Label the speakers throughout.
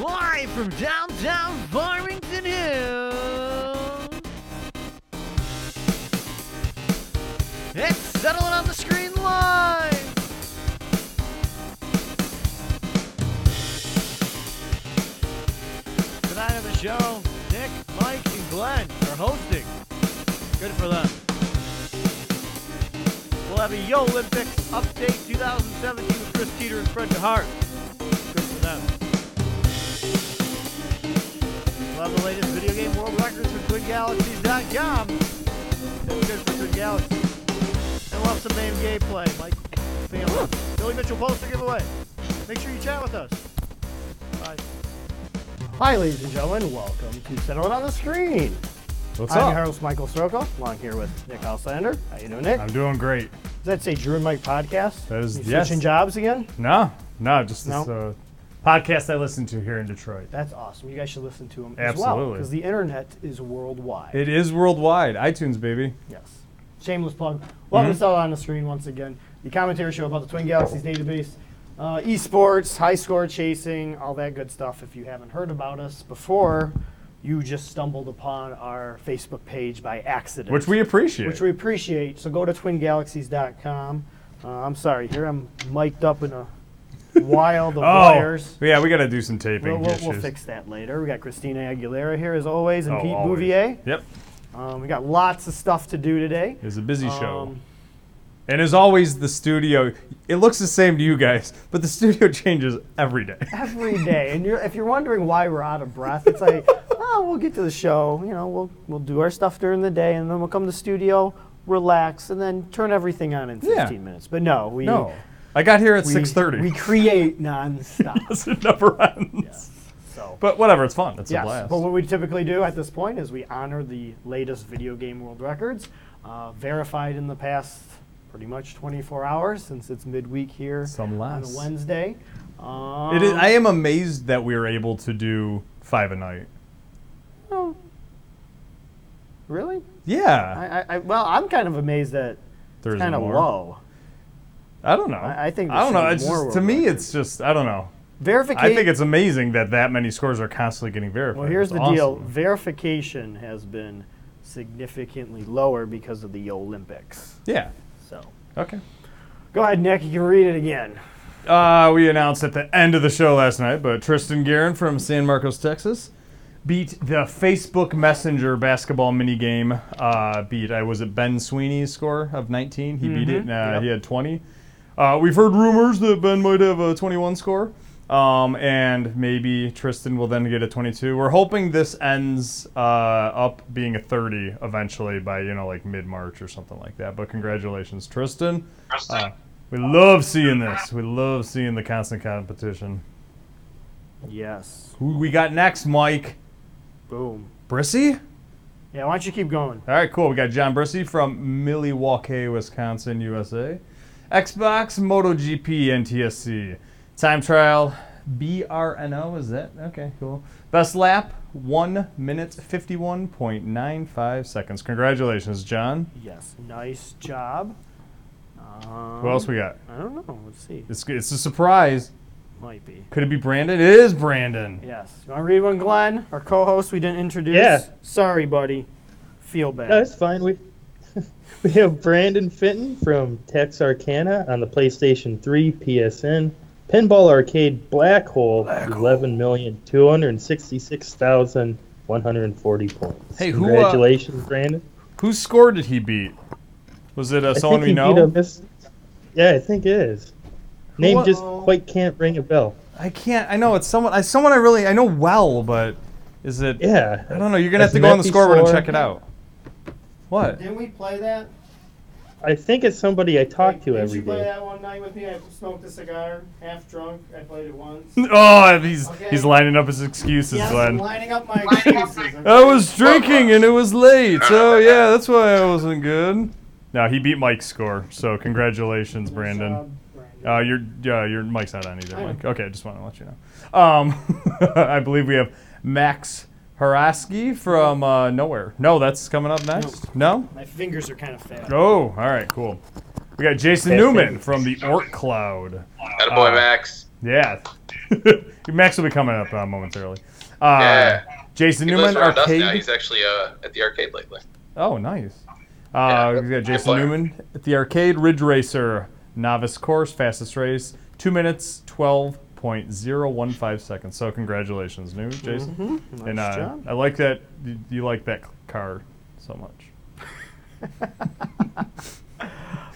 Speaker 1: Live from downtown Farmington Hills. It's Settling on the Screen Live. Tonight on the show, Nick, Mike, and Glenn are hosting. Good for them. We'll have a Yo Olympics update 2017 with Chris Teeter and Fred DeHart. Good for them. We'll have the latest video game world records from TwinGalaxies.com. That's good for Twin Galaxy. And we'll have some name gameplay, like family. Billy Mitchell poster giveaway. Make sure you chat with us. Bye.
Speaker 2: Hi, ladies and gentlemen. Welcome to Settle It on the Screen.
Speaker 3: What's
Speaker 2: I'm
Speaker 3: up?
Speaker 2: your host, Michael Soroka, along here with Nick Alexander. How you doing, Nick?
Speaker 3: I'm doing great.
Speaker 2: Does that say Drew and Mike podcast?
Speaker 3: That is-
Speaker 2: you
Speaker 3: yes.
Speaker 2: switching jobs again?
Speaker 3: No, no, just
Speaker 2: No?
Speaker 3: this uh, podcast I listen to here in Detroit.
Speaker 2: That's awesome. You guys should listen to them as well
Speaker 3: Absolutely.
Speaker 2: because the internet is worldwide.
Speaker 3: It is worldwide. iTunes, baby.
Speaker 2: Yes. Shameless plug. Welcome
Speaker 3: Mm-hmm.
Speaker 2: to Settle on the Screen once again. The commentary show about the Twin Galaxies database, uh, esports, high score chasing, all that good stuff. If you haven't heard about us before, you just stumbled upon our Facebook page by accident.
Speaker 3: Which we appreciate.
Speaker 2: which we appreciate. So go to twingalaxies.com. Uh, I'm sorry, here I'm mic'd up in a wild of
Speaker 3: oh,
Speaker 2: wires.
Speaker 3: yeah, we got to do some taping.
Speaker 2: We'll, we'll, we'll
Speaker 3: issues.
Speaker 2: fix that later. We got Christina Aguilera here as always, and
Speaker 3: Oh,
Speaker 2: Pete
Speaker 3: always.
Speaker 2: Bouvier.
Speaker 3: Yep,
Speaker 2: Um, we got lots of stuff to do today.
Speaker 3: it's a busy show.
Speaker 2: Um,
Speaker 3: And as always, the studio. It looks the same to you guys, but the studio changes every day.
Speaker 2: every day. And you're, if you're wondering why we're out of breath, it's like, oh, we'll get to the show. You know, we'll we'll do our stuff during the day, and then we'll come to the studio, relax, and then turn everything on in 15
Speaker 3: Yeah.
Speaker 2: minutes. But no, we
Speaker 3: No, I got here at
Speaker 2: we-
Speaker 3: six
Speaker 2: We
Speaker 3: thirty.
Speaker 2: create nonstop.
Speaker 3: It never ends.
Speaker 2: So.
Speaker 3: But whatever, it's fun. It's a
Speaker 2: Yes,
Speaker 3: blast.
Speaker 2: but what we typically do at this point is we honor the latest video game world records, uh, verified in the past pretty much 24 hours since it's midweek here
Speaker 3: Some
Speaker 2: on
Speaker 3: less.
Speaker 2: a Wednesday. Um,
Speaker 3: it is, I am amazed that we were able to do five a night.
Speaker 2: oh, really?
Speaker 3: Yeah,
Speaker 2: I, I, I, well, I'm kind of amazed that
Speaker 3: there's
Speaker 2: kind of
Speaker 3: more.
Speaker 2: low.
Speaker 3: I don't know.
Speaker 2: I- I think there
Speaker 3: I don't
Speaker 2: should
Speaker 3: know.
Speaker 2: be
Speaker 3: It's
Speaker 2: more
Speaker 3: just, to
Speaker 2: world
Speaker 3: me,
Speaker 2: records.
Speaker 3: it's just I don't know.
Speaker 2: Verification.
Speaker 3: I think it's amazing that that many scores are constantly getting verified.
Speaker 2: Well, here's
Speaker 3: It's
Speaker 2: the deal.
Speaker 3: awesome.
Speaker 2: Verification has been significantly lower because of the Olympics.
Speaker 3: Yeah.
Speaker 2: So
Speaker 3: Okay.
Speaker 2: go ahead, Nick. You can read it again.
Speaker 3: Uh, we announced at the end of the show last night, but Tristan Guerin from San Marcos, Texas, beat the Facebook Messenger basketball minigame. Uh, beat I was at Ben Sweeney's score of 19. He beat it. And, uh,
Speaker 2: Yep.
Speaker 3: He had 20. Uh, we've heard rumors that Ben might have a 21 score, um, and maybe Tristan will then get a 22. We're hoping this ends uh, up being a 30 eventually by you know like mid March or something like that. But congratulations, Tristan. Uh, we love seeing this. We love seeing the constant competition.
Speaker 2: Yes.
Speaker 3: Who we got next, Mike?
Speaker 2: Boom.
Speaker 3: Brissy?
Speaker 2: Yeah, why don't you keep going?
Speaker 3: All right, cool. We got John Brissy from Milwaukee, Wisconsin, USA. Xbox, MotoGP, NTSC. Time trial, BRNO, is that? Okay, cool. Best lap, 1 minute 51.95 seconds. Congratulations, John.
Speaker 2: Yes. Nice job. Um,
Speaker 3: Who else we got?
Speaker 2: I don't know. Let's see.
Speaker 3: It's, it's a surprise.
Speaker 2: Might be.
Speaker 3: Could it be Brandon? It is Brandon.
Speaker 2: Yes. You want to read one, Glenn? Our co-host we didn't introduce.
Speaker 4: Yeah.
Speaker 2: Sorry, buddy. Feel bad.
Speaker 4: No, it's fine. We we have Brandon Fenton from Texarkana on the PlayStation 3, PSN, Pinball Arcade Black Hole, eleven million two hundred sixty-six thousand one hundred forty points.
Speaker 3: Hey, who, uh,
Speaker 4: congratulations, Brandon!
Speaker 3: Whose score did he beat? Was it uh,
Speaker 4: I
Speaker 3: someone
Speaker 4: think
Speaker 3: we
Speaker 4: he
Speaker 3: know? uh,
Speaker 4: beat a miss- Yeah, I think it is. Name just
Speaker 3: uh-oh.
Speaker 4: quite can't ring a bell.
Speaker 3: I can't. I know it's someone. I someone I really I know well, but is it?
Speaker 4: Yeah,
Speaker 3: I don't know. You're gonna have
Speaker 4: It's
Speaker 3: to go on the
Speaker 4: Matthew
Speaker 3: scoreboard and
Speaker 4: Soar.
Speaker 3: check it out. What?
Speaker 2: Didn't we play that?
Speaker 4: I think it's somebody I talk to
Speaker 2: Didn't
Speaker 4: every
Speaker 2: you play
Speaker 4: day.
Speaker 2: that one night with me? I smoked a cigar, half drunk. I played it once.
Speaker 3: Oh, he's
Speaker 2: Okay.
Speaker 3: he's lining up his excuses,
Speaker 2: yes, I'm
Speaker 3: Glenn.
Speaker 2: lining up my excuses.
Speaker 3: I was drinking and it was late, so yeah, that's why I wasn't good. Now he beat Mike's score, so congratulations, Brandon. Uh, your uh, your mic's not on either,
Speaker 2: I know.
Speaker 3: Mike. Okay, I just want to let you know. Um, I believe we have Max Haraski from uh, nowhere. No, that's coming up next. No.
Speaker 2: my fingers are kind of fat.
Speaker 3: Oh, all right, cool. We got Jason
Speaker 4: Yeah,
Speaker 3: Newman
Speaker 4: thank you.
Speaker 3: from the Orc Cloud.
Speaker 5: Attaboy,
Speaker 3: Uh,
Speaker 5: Max.
Speaker 3: Yeah, Max will be coming up uh, momentarily. Uh,
Speaker 5: Yeah.
Speaker 3: Jason
Speaker 5: He
Speaker 3: Newman,
Speaker 5: lives around us now.
Speaker 3: arcade.
Speaker 5: He's actually uh, at the arcade lately.
Speaker 3: Oh, nice.
Speaker 5: Yeah,
Speaker 3: Uh, we've got
Speaker 5: good
Speaker 3: Jason
Speaker 5: player.
Speaker 3: Newman at the arcade Ridge Racer novice course, fastest race, two minutes twelve point zero one five seconds. So congratulations, new Jason. and
Speaker 2: Mm-hmm. Nice
Speaker 3: uh,
Speaker 2: job.
Speaker 3: I like that you, you like that car so much.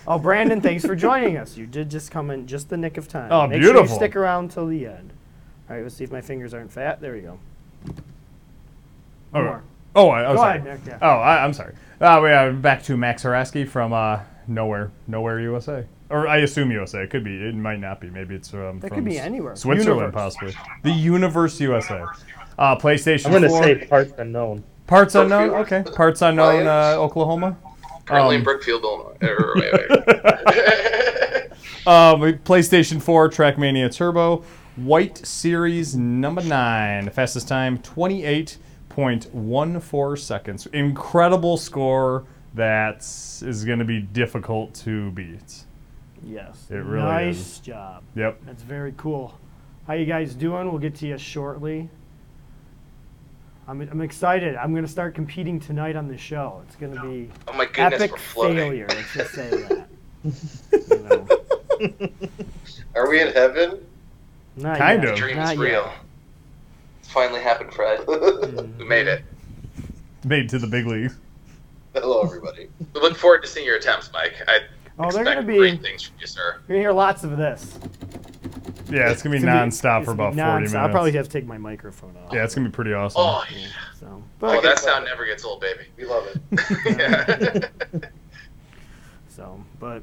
Speaker 2: Oh, Brandon, thanks for joining us. You did just come in just the nick of time.
Speaker 3: Oh,
Speaker 2: Make Sure
Speaker 3: beautiful.
Speaker 2: you stick around till the end. All right, let's see if my fingers aren't fat. There we go.
Speaker 3: Okay.
Speaker 2: more.
Speaker 3: Oh, I, oh,
Speaker 2: Go
Speaker 3: sorry.
Speaker 2: ahead, Nick, yeah.
Speaker 3: Oh, I, I'm sorry. Uh, we are back to Max Haraski from uh, nowhere, nowhere USA, or I assume USA. It could be. It might not be. Maybe it's um,
Speaker 2: That
Speaker 3: from
Speaker 2: could be
Speaker 3: S-
Speaker 2: anywhere.
Speaker 3: Switzerland,
Speaker 2: Universe.
Speaker 3: possibly. The Universe USA. Uh, PlayStation.
Speaker 4: I'm gonna
Speaker 3: 4.
Speaker 4: say parts unknown.
Speaker 3: Parts unknown. Okay. Parts unknown.
Speaker 5: Oh,
Speaker 3: Uh,
Speaker 5: yeah.
Speaker 3: Oklahoma.
Speaker 5: Currently
Speaker 3: Um,
Speaker 5: in Brookfield, Illinois. Er, wait, wait.
Speaker 3: Um, PlayStation 4 Trackmania Turbo, White Series number nine, fastest time 28.14 seconds. Incredible score that is going to be difficult to beat.
Speaker 2: Yes.
Speaker 3: It really
Speaker 2: nice
Speaker 3: is.
Speaker 2: job.
Speaker 3: Yep.
Speaker 2: That's very cool. How you guys doing? We'll get to you shortly. I'm, I'm excited. I'm going to start competing tonight on the show. It's going to be
Speaker 5: oh my goodness,
Speaker 2: epic
Speaker 5: we're floating.
Speaker 2: failure. Let's just say that. You know.
Speaker 5: Are we in heaven?
Speaker 2: Not
Speaker 3: Kind
Speaker 5: The
Speaker 3: of.
Speaker 5: dream
Speaker 2: Not yet.
Speaker 5: is
Speaker 2: Mm-hmm.
Speaker 5: real. It's finally happened, Fred. we made it.
Speaker 3: Made to the big leagues.
Speaker 5: Hello, everybody. We look forward to seeing your attempts, Mike. I
Speaker 2: Oh, they're going
Speaker 5: expect
Speaker 2: to be.
Speaker 5: great things from you, sir.
Speaker 2: You're going to hear lots of this.
Speaker 3: Yeah, it's going to
Speaker 2: It's
Speaker 3: be
Speaker 2: gonna
Speaker 3: nonstop
Speaker 2: it's
Speaker 3: for
Speaker 2: gonna
Speaker 3: about
Speaker 2: be
Speaker 3: 40
Speaker 2: nonstop.
Speaker 3: minutes.
Speaker 2: I'll probably have to take my microphone off.
Speaker 3: yeah, it's going to be pretty awesome.
Speaker 5: Oh, yeah.
Speaker 2: So,
Speaker 5: oh
Speaker 2: but,
Speaker 5: that sound never gets old, baby. We love it. yeah.
Speaker 2: so, but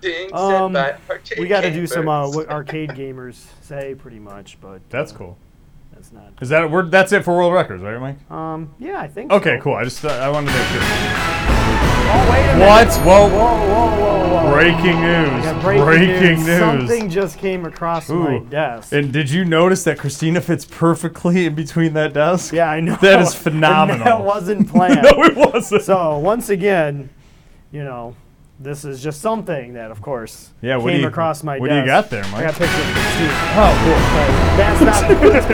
Speaker 5: Ding,
Speaker 2: Um,
Speaker 5: said by arcade
Speaker 2: we got to do
Speaker 5: gamers.
Speaker 2: some uh, what arcade gamers say pretty much, but
Speaker 3: That's
Speaker 2: uh,
Speaker 3: cool.
Speaker 2: That's not.
Speaker 3: Is that we're, that's it for world records, right, Mike?
Speaker 2: Um, yeah, I think.
Speaker 3: Okay,
Speaker 2: so.
Speaker 3: cool. I just uh, I wanted to make sure.
Speaker 2: Oh wait a minute.
Speaker 3: What? Whoa!
Speaker 2: Whoa, whoa, whoa, whoa!
Speaker 3: Breaking news!
Speaker 2: Yeah, breaking, news. Something just came across my
Speaker 3: Ooh.
Speaker 2: desk.
Speaker 3: And did you notice that Christina fits perfectly in between that desk?
Speaker 2: yeah, I know.
Speaker 3: That is
Speaker 2: And
Speaker 3: phenomenal.
Speaker 2: that wasn't planned.
Speaker 3: no, it wasn't.
Speaker 2: So once again, you know, this is just something that, of course,
Speaker 3: Yeah, what do
Speaker 2: came
Speaker 3: you-
Speaker 2: across my
Speaker 3: what do you
Speaker 2: desk.
Speaker 3: got there,
Speaker 2: I
Speaker 3: Mike?
Speaker 2: got pictures of Steve.
Speaker 3: oh,
Speaker 2: That's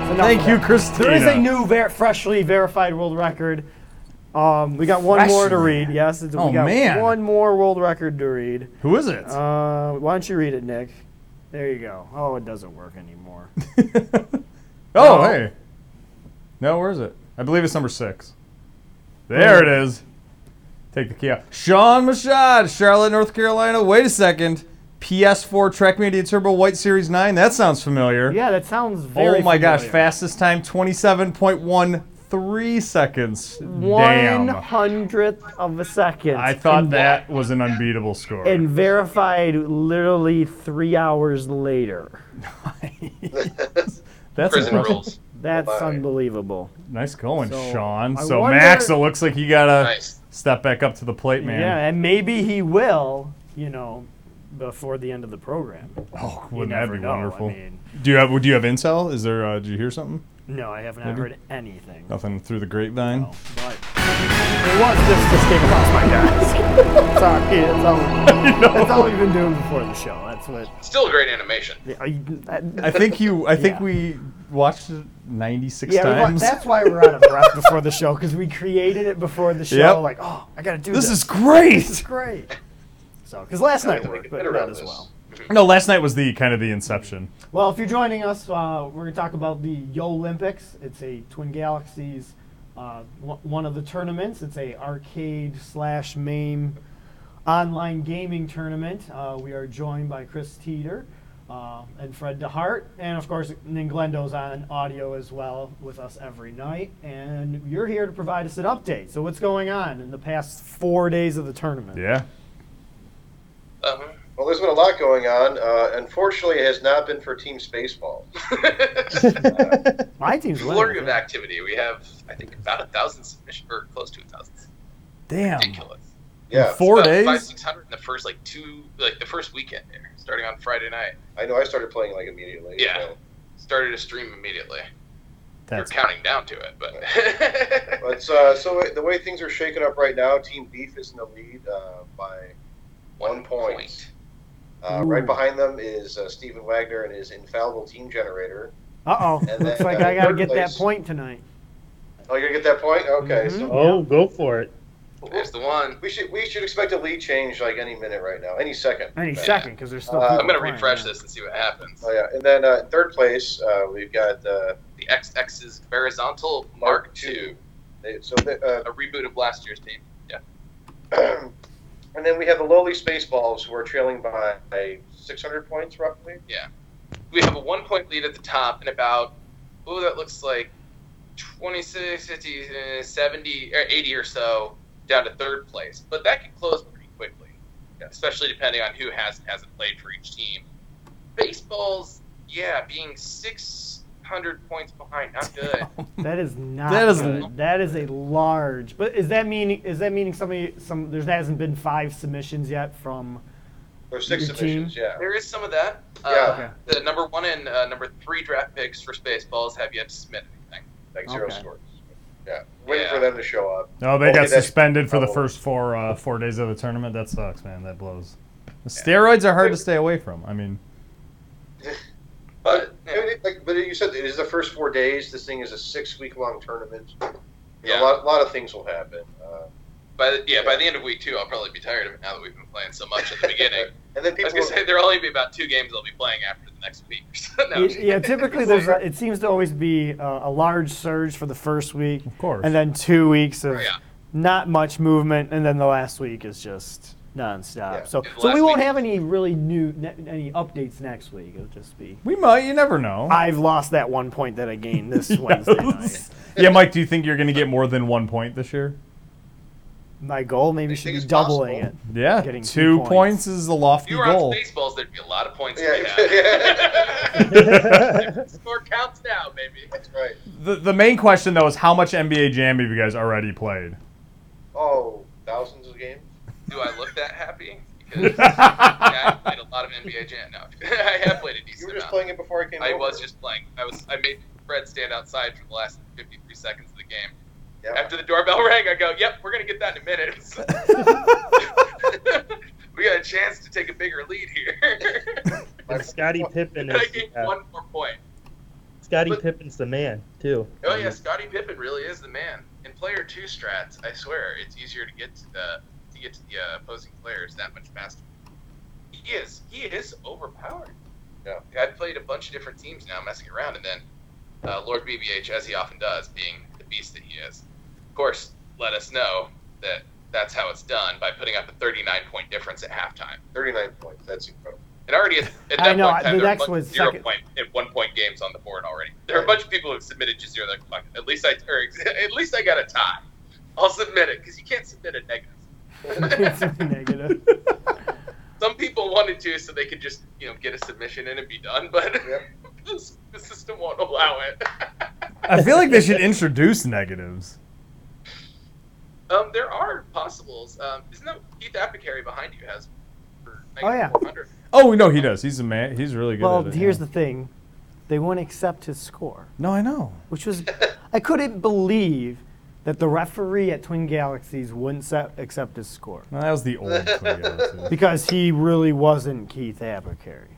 Speaker 2: not.
Speaker 3: cool. Oh,
Speaker 2: enough
Speaker 3: thank
Speaker 2: of
Speaker 3: you,
Speaker 2: that.
Speaker 3: Christina.
Speaker 2: there is a new, ver- freshly verified world record. Um, we got one more to
Speaker 3: Freshly?
Speaker 2: read. Yes, it's,
Speaker 3: Oh,
Speaker 2: we got
Speaker 3: man.
Speaker 2: one more world record to read.
Speaker 3: Who is it?
Speaker 2: Uh, why don't you read it, Nick? There you go. Oh, it doesn't work anymore.
Speaker 3: oh, hey. No, where is it? I believe it's number six. There it is. Take the key out. Sean Machad, Charlotte, North Carolina. Wait a second. PS4 Track Media Turbo White Series 9. That sounds familiar.
Speaker 2: yeah, that sounds very.
Speaker 3: Oh my gosh,
Speaker 2: familiar.
Speaker 3: fastest time 27.13 seconds.
Speaker 2: One
Speaker 3: Damn.
Speaker 2: hundredth of a second.
Speaker 3: I thought
Speaker 2: And-
Speaker 3: that was an unbeatable score.
Speaker 2: and verified literally three hours later.
Speaker 3: That's
Speaker 5: Prison
Speaker 3: impressive.
Speaker 5: rules.
Speaker 2: That's
Speaker 5: Bye-bye.
Speaker 2: unbelievable.
Speaker 3: Nice going,
Speaker 2: So,
Speaker 3: Sean.
Speaker 2: I
Speaker 3: So
Speaker 2: wonder-
Speaker 3: Max, it looks like you gotta
Speaker 5: Nice.
Speaker 3: step back up to the plate, man.
Speaker 2: Yeah, and maybe he will, you know, before the end of the program.
Speaker 3: Oh,
Speaker 2: You
Speaker 3: wouldn't that
Speaker 2: never
Speaker 3: be
Speaker 2: know.
Speaker 3: wonderful?
Speaker 2: I mean,
Speaker 3: do you have Do you have intel? Is there? Uh, did you hear something?
Speaker 2: no, I have not
Speaker 3: Maybe.
Speaker 2: heard anything.
Speaker 3: Nothing through the grapevine.
Speaker 2: No, but it was just just came across my desk. it's all, it's all,
Speaker 3: You know?
Speaker 2: that's all we've been doing before the show. That's what.
Speaker 5: Still a great animation.
Speaker 2: Are you,
Speaker 3: I think you. I think
Speaker 2: Yeah.
Speaker 3: we watched it 96
Speaker 2: yeah, we wa-
Speaker 3: times.
Speaker 2: that's why we're out of breath before the show because we created it before the show.
Speaker 3: Yep.
Speaker 2: Like, oh, I gotta do
Speaker 3: this
Speaker 2: this.
Speaker 3: is great.
Speaker 2: It's great. So, because last night
Speaker 5: we
Speaker 2: worked,
Speaker 5: can
Speaker 2: but
Speaker 5: get around
Speaker 2: not as
Speaker 5: this.
Speaker 2: well.
Speaker 3: No, last night was the kind of the inception.
Speaker 2: Well, if you're joining us, uh, we're going to talk about the Yo Olympics. It's a Twin Galaxies, uh, w- one of the tournaments. It's a arcade slash MAME online gaming tournament. Uh, we are joined by Chris Teeter uh, and Fred DeHart, and of course Ninglendo's on audio as well with us every night. And you're here to provide us an update. So, what's going on in the past four days of the tournament?
Speaker 3: Yeah.
Speaker 5: Uh-huh.
Speaker 6: Well, there's been a lot going on. Uh, unfortunately, it has not been for Team Spaceball.
Speaker 2: My team's winning.
Speaker 5: Uh-huh. Flurry of activity. We have, I think, about a thousand submissions, or close to a thousand.
Speaker 3: Damn.
Speaker 5: Ridiculous.
Speaker 6: yeah,
Speaker 3: Four
Speaker 5: About
Speaker 3: days.
Speaker 5: Five, six hundred in the first like two, like the first weekend there, starting on Friday night.
Speaker 6: I know. I started playing like immediately.
Speaker 5: Yeah.
Speaker 6: so-
Speaker 5: Started a stream immediately. You're
Speaker 3: That's
Speaker 5: counting down to it, but
Speaker 6: But uh, so the way things are shaken up right now, Team Beef is in the lead uh, by one point. Uh, right behind them is uh, Stephen Wagner and his infallible team generator.
Speaker 2: Uh oh.
Speaker 6: And
Speaker 2: Looks
Speaker 6: then,
Speaker 2: like
Speaker 6: uh,
Speaker 2: I got to
Speaker 6: third
Speaker 2: get that
Speaker 6: place.
Speaker 2: point tonight.
Speaker 6: Oh, you're gonna get that point. Okay, so
Speaker 4: Oh, go for it.
Speaker 5: There's the one.
Speaker 6: we should we should expect a lead change like any minute right now, any second.
Speaker 2: Any
Speaker 6: But-
Speaker 2: second, because there's still.
Speaker 6: Uh,
Speaker 2: people
Speaker 5: I'm gonna
Speaker 2: playing,
Speaker 5: refresh
Speaker 2: yeah.
Speaker 5: this and see what happens.
Speaker 6: Oh yeah, and then uh, third place uh, we've got uh,
Speaker 5: The XX is horizontal
Speaker 6: Mark
Speaker 5: Mark II,
Speaker 6: Two. They- So the, uh,
Speaker 5: a reboot of last year's team.
Speaker 6: and then we have the lowly Spaceballs, who are trailing by 600 points roughly.
Speaker 5: We have a one point lead at the top and about oh that looks like 26, 50, eh, 70, or 80 or so down to third place, but that can close pretty quickly, especially depending on who has and hasn't played for each team. Baseball's yeah being 600 points behind, not good.
Speaker 2: That is not.
Speaker 3: That is-
Speaker 2: good. That is a large. But is that meaning? Is that meaning somebody? Some there hasn't been five submissions yet from.
Speaker 6: There's six
Speaker 2: Your
Speaker 6: submissions, yeah.
Speaker 5: There is some of that.
Speaker 6: Yeah.
Speaker 5: Uh, The number one and uh, number three draft picks for Spaceballs have yet to submit anything.
Speaker 6: Like zero
Speaker 2: Okay.
Speaker 6: scores. Yeah, waiting
Speaker 5: Yeah.
Speaker 6: for them to show up.
Speaker 3: No, they
Speaker 6: Okay,
Speaker 3: got
Speaker 6: that's-
Speaker 3: suspended for the
Speaker 6: oh.
Speaker 3: first four uh, four days of the tournament. That sucks, man. That blows. The steroids are hard to stay away from. I mean,
Speaker 5: But
Speaker 6: I mean,
Speaker 5: yeah,
Speaker 6: it- like, but you said it is the first four days. This thing is a six-week-long tournament.
Speaker 5: Yeah.
Speaker 6: A lot, lot of things will happen. Uh,
Speaker 5: by the, yeah, by the end of week two, I'll probably be tired of it now that we've been playing so much at the beginning.
Speaker 6: and then
Speaker 5: I was
Speaker 6: people.
Speaker 5: gonna say there'll only be about two games I'll be playing after the next week. So, no.
Speaker 2: It- yeah, typically there's. A, it seems to always be a, a large surge for the first week,
Speaker 3: of course.
Speaker 2: and then two weeks of
Speaker 5: Yeah.
Speaker 2: not much movement, and then the last week is just nonstop.
Speaker 6: Yeah.
Speaker 2: So,
Speaker 5: Yeah, the
Speaker 2: so we
Speaker 5: last
Speaker 2: won't
Speaker 5: week-
Speaker 2: have any really new ne- any updates next week. It'll just be.
Speaker 3: we might. You never know.
Speaker 2: I've lost that one point that I gained this
Speaker 3: Yes.
Speaker 2: Wednesday night.
Speaker 3: yeah, Mike. Do you think you're going to get more than one point this year?
Speaker 2: My goal maybe
Speaker 6: They
Speaker 2: should
Speaker 6: think
Speaker 2: be
Speaker 6: it's
Speaker 2: doubling
Speaker 6: possible.
Speaker 3: Yeah,
Speaker 2: Getting two
Speaker 3: two
Speaker 2: points.
Speaker 3: points. is the
Speaker 5: if
Speaker 3: lofty
Speaker 5: you were on
Speaker 3: goal.
Speaker 5: Spaceballs, there'd be a lot of points.
Speaker 6: Yeah.
Speaker 5: to be had. Score counts now, baby.
Speaker 6: That's right.
Speaker 3: The, the main question though is how much NBA Jam have you guys already played?
Speaker 6: Oh, thousands of games.
Speaker 5: Do I look that happy? Because yeah, I played a lot of NBA Jam. No, I have played a
Speaker 6: You
Speaker 5: decent
Speaker 6: were just
Speaker 5: amount.
Speaker 6: playing it before I came.
Speaker 5: I
Speaker 6: over.
Speaker 5: was just playing. I was. I made Fred stand outside for the last 53 seconds of the game.
Speaker 6: Yeah.
Speaker 5: After the doorbell rang, I go, "Yep, we're gonna get that in a minute." we got a chance to take a bigger lead here.
Speaker 4: And Scotty Pippen
Speaker 5: and I
Speaker 4: is
Speaker 5: gained
Speaker 4: uh,
Speaker 5: one more point.
Speaker 4: Scotty
Speaker 5: but-
Speaker 4: Pippen's the man too.
Speaker 5: Oh yeah, Scottie Pippen really is the man. In player two strats, I swear it's easier to get to the to get to the uh, opposing players that much faster. He is he is overpowered.
Speaker 6: Yeah.
Speaker 5: I played a bunch of different teams now, messing around, and then uh, Lord BBH, as he often does, being the beast that he is, of course, let us know that that's how it's done by putting up a 39 point difference at halftime.
Speaker 6: Thirty-nine points. That's incredible.
Speaker 5: And already at, at that
Speaker 2: I know,
Speaker 5: point in time,
Speaker 2: the
Speaker 5: there were a
Speaker 2: next
Speaker 5: bunch
Speaker 2: was
Speaker 5: of zero
Speaker 2: second-
Speaker 5: point- at one point games on the board already. There are a bunch of people who submitted just zero. They're like, "Fuck, at least I or, at least I got a tie. I'll submit it because you can't submit a
Speaker 2: It's
Speaker 5: negative.
Speaker 2: negative.
Speaker 5: Some people wanted to, so they could just you know get a submission in and be done, but
Speaker 6: Yep.
Speaker 5: this- the system won't allow it.
Speaker 3: I feel like they should introduce negatives.
Speaker 5: um, there are possibles. Um, isn't that what Keith Apicary behind you has? For
Speaker 2: Oh, yeah.
Speaker 5: 400?
Speaker 3: Oh no, he does. He's a man. He's really good.
Speaker 2: Well,
Speaker 3: at it,
Speaker 2: here's
Speaker 3: yeah.
Speaker 2: the thing. They won't accept his score,
Speaker 3: No, I know.
Speaker 2: which was I couldn't believe that the referee at Twin Galaxies wouldn't se- accept his score
Speaker 3: No, that was the old. Twin Galaxy.
Speaker 2: because he really wasn't Keith Abercary.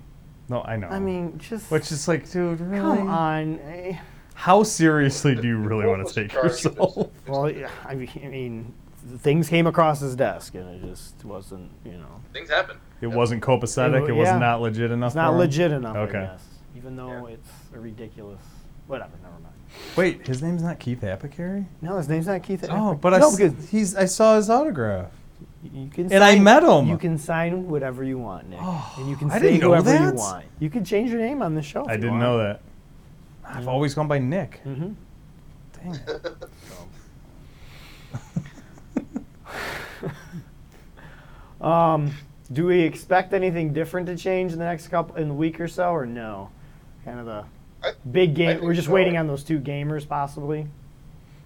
Speaker 3: no, I know.
Speaker 2: I mean, just
Speaker 3: Oh. which is like, dude, really?
Speaker 2: come on. eh.
Speaker 3: How seriously do you really
Speaker 6: Who
Speaker 3: want
Speaker 6: was
Speaker 3: to take
Speaker 6: charged with
Speaker 3: yourself?
Speaker 6: this?
Speaker 2: Well, yeah, I mean, I mean, things came across his desk, and it just wasn't, you know,
Speaker 5: Things happen.
Speaker 3: It wasn't copacetic. It was
Speaker 2: Yeah.
Speaker 3: not legit enough.
Speaker 2: it's not
Speaker 3: for him.
Speaker 2: legit enough.
Speaker 3: Okay.
Speaker 2: I guess, even though it's a ridiculous. Whatever. Never mind.
Speaker 3: Wait, his name's not Keith Apicary.
Speaker 2: No, his name's not Keith.
Speaker 3: Oh,
Speaker 2: Abercary.
Speaker 3: but I
Speaker 2: no,
Speaker 3: s-
Speaker 2: because
Speaker 3: he's I saw his autograph.
Speaker 2: You can
Speaker 3: And I
Speaker 2: sign-
Speaker 3: met him.
Speaker 2: You can sign whatever you want, Nick,
Speaker 3: Oh,
Speaker 2: and you can
Speaker 3: I
Speaker 2: say
Speaker 3: didn't know
Speaker 2: whoever you
Speaker 3: that.
Speaker 2: want. You can change your name on the show.
Speaker 3: I didn't know that. I've always gone by Nick.
Speaker 2: Mm-hmm.
Speaker 3: Dang. it.
Speaker 2: Um, do we expect anything different to change in the next couple in the week or so, or no? Kind of the
Speaker 6: I-
Speaker 2: big
Speaker 6: I
Speaker 2: game.
Speaker 6: think
Speaker 2: We're just
Speaker 6: so.
Speaker 2: waiting on those two gamers, possibly.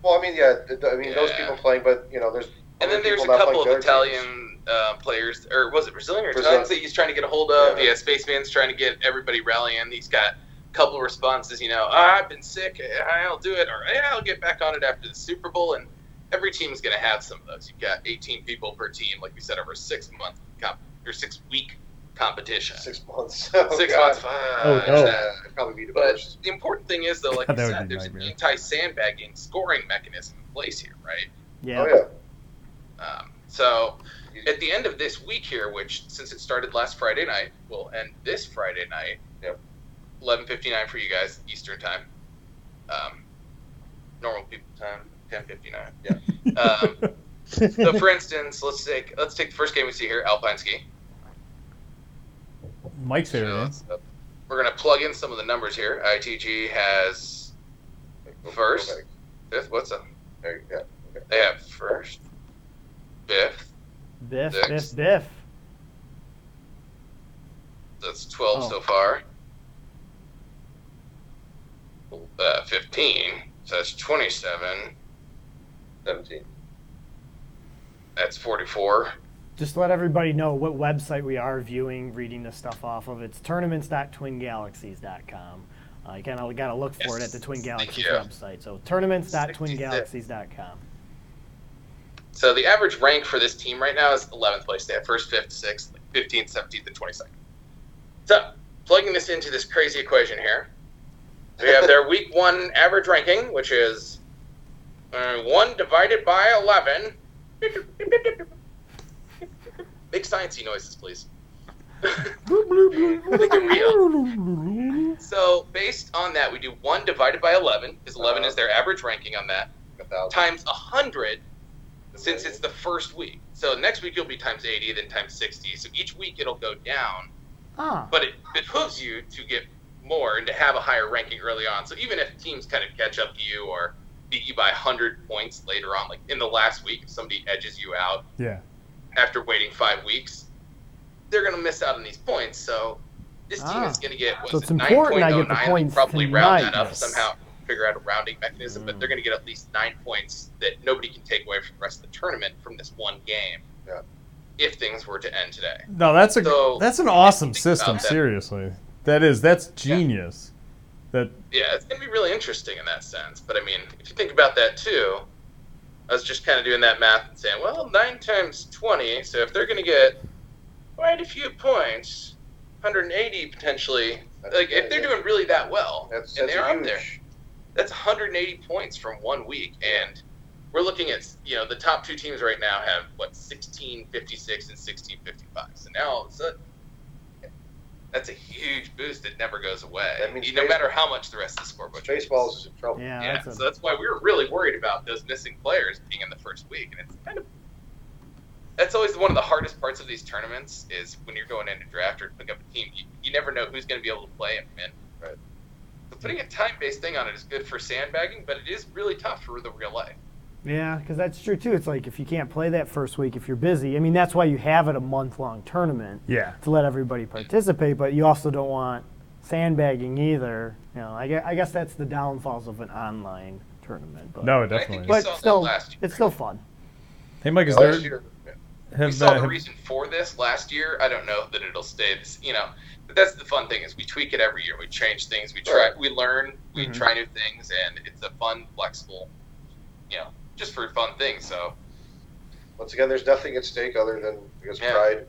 Speaker 6: Well, I mean, yeah. th- th- I mean, those
Speaker 5: Yeah.
Speaker 6: people playing, but you know, there's.
Speaker 5: And
Speaker 6: other
Speaker 5: then there's a
Speaker 6: people not
Speaker 5: couple
Speaker 6: playing
Speaker 5: of
Speaker 6: their
Speaker 5: Italian uh, players, or was it Brazilian or
Speaker 6: Brazil.
Speaker 5: Italians that he's trying to get a hold of?
Speaker 6: Yeah.
Speaker 5: Yeah, Spaceman's trying to get everybody rallying. He's got a couple of responses, you know, "Ah, I've been sick, I'll do it, or yeah, I'll get back on it after the Super Bowl. And every team is going to have some of those. You've got 18 people per team, like we said, over a six month comp- or six week competition.
Speaker 6: Six months. Oh,
Speaker 5: Six
Speaker 6: God.
Speaker 5: months.
Speaker 4: Oh, no.
Speaker 6: Yeah, it'd probably be
Speaker 5: But
Speaker 6: divorced.
Speaker 5: the important thing is, though, like
Speaker 3: That
Speaker 5: you
Speaker 3: would
Speaker 5: said,
Speaker 3: be a
Speaker 5: there's an
Speaker 3: nightmare.
Speaker 5: anti-sandbagging scoring mechanism in place here, right?
Speaker 2: Yeah.
Speaker 6: Oh yeah.
Speaker 5: Um, so at the end of this week here, which since it started last Friday night, will end this Friday night.
Speaker 6: Yep.
Speaker 5: Eleven fifty nine for you guys Eastern time. Um, normal people time ten fifty nine. Yeah. um, so for instance, let's take let's take the first game we see here, Alpine Ski.
Speaker 3: Mike's favorite.
Speaker 5: So,
Speaker 3: one.
Speaker 5: uh, we're gonna plug in some of the numbers here. ITG has First.
Speaker 6: Go back.
Speaker 5: fifth. What's up?
Speaker 6: There you go.
Speaker 5: They have first, fifth.
Speaker 2: Biff,
Speaker 5: Six.
Speaker 2: biff, biff.
Speaker 5: That's 12
Speaker 2: Oh.
Speaker 5: so far. Uh, 15. So that's 27.
Speaker 6: 17.
Speaker 5: That's 44.
Speaker 2: Just let everybody know what website we are viewing, reading this stuff off of. It's tournaments.twingalaxies.com. Uh, you kind of got to look for it at the Twin Galaxies
Speaker 5: you.
Speaker 2: website. So tournaments.twingalaxies.com.
Speaker 5: So the average rank for this team right now is 11th place. They have first, fifth, sixth, 15th, 17th, and 22nd. So plugging this into this crazy equation here, we have their week one average ranking, which is uh, 1 divided by 11. Make sciencey noises, please. Make it real. So based on that, we do one divided by eleven, because eleven
Speaker 6: Uh-huh.
Speaker 5: is their average ranking on that,
Speaker 6: A thousand.
Speaker 5: times hundred, since it's the first week. So next week you'll be times eighty, then times sixty. So each week it'll go down,
Speaker 2: Ah,
Speaker 5: but it behooves you to get more and to have a higher ranking early on. So even if teams kind of catch up to you or beat you by hundred points later on, like in the last week, if somebody edges you out
Speaker 3: Yeah.
Speaker 5: after waiting five weeks, they're going to miss out on these points. So this team
Speaker 2: Ah.
Speaker 5: is going to get what's
Speaker 2: So it's
Speaker 5: it,
Speaker 2: important I get the
Speaker 5: 9.09. They'll
Speaker 2: points
Speaker 5: oh probably round that
Speaker 2: tonight.
Speaker 5: up somehow, figure out a rounding mechanism, but they're going to get at least nine points that nobody can take away from the rest of the tournament from this one game.
Speaker 6: Yeah.
Speaker 5: If things were to end today,
Speaker 3: No, that's a
Speaker 5: So-
Speaker 3: that's an awesome
Speaker 5: Think
Speaker 3: system.
Speaker 5: about that.
Speaker 3: Seriously, that is that's genius. That
Speaker 5: yeah, it's going to be really interesting in that sense. But I mean, if you think about that too, I was just kind of doing that math and saying, well, nine times twenty. So if they're going to get quite a few points, 180 potentially.
Speaker 6: That's-
Speaker 5: Like if they're
Speaker 6: yeah.
Speaker 5: doing really that well,
Speaker 6: That's,
Speaker 5: and
Speaker 6: that's
Speaker 5: they're
Speaker 6: a
Speaker 5: up
Speaker 6: huge.
Speaker 5: there, that's 180 points from one week and we're looking at you know the top two teams right now have what 1656 and 1655 so now all of a sudden, that's a huge boost that never goes away
Speaker 6: That means
Speaker 5: no
Speaker 6: baseball-
Speaker 5: matter how much the rest of the scoreboard changes.
Speaker 6: Baseballs is in trouble.
Speaker 2: yeah,
Speaker 5: yeah
Speaker 2: that's
Speaker 5: so
Speaker 2: a,
Speaker 5: that's why we were really worried about those missing players being in the first week and it's kind of that's always one of the hardest parts of these tournaments is when you're going in to draft or pick up a team you, you never know who's going to be able to play and when
Speaker 6: Right.
Speaker 5: so putting a time-based thing on it is good for sandbagging but it is really tough for the real life
Speaker 2: yeah, because that's true too. It's like if you can't play that first week, if you're busy, I mean, that's why you have it a month long tournament
Speaker 3: yeah.
Speaker 2: to let everybody participate, but you also don't want sandbagging either. You know, I guess, I guess that's the downfalls of an online tournament. But,
Speaker 3: No,
Speaker 5: I think
Speaker 3: definitely.
Speaker 5: you
Speaker 2: but
Speaker 3: is.
Speaker 5: saw that
Speaker 2: still,
Speaker 5: last year.
Speaker 2: it's still fun.
Speaker 3: Hey, Mike, is
Speaker 6: Last
Speaker 3: there
Speaker 6: year, yeah.
Speaker 5: Oh, we
Speaker 3: have
Speaker 5: saw
Speaker 3: that?
Speaker 5: the
Speaker 3: Have,
Speaker 5: reason for this last year. I don't know that it'll stay. This, you know, but that's the fun thing is we tweak it every year. We change things. We try. We learn. We
Speaker 2: Mhm.
Speaker 5: try new things, and it's a fun, flexible, you know, just for fun thing. So
Speaker 6: Once again, there's nothing at stake other than I guess
Speaker 5: Yeah.
Speaker 6: pride,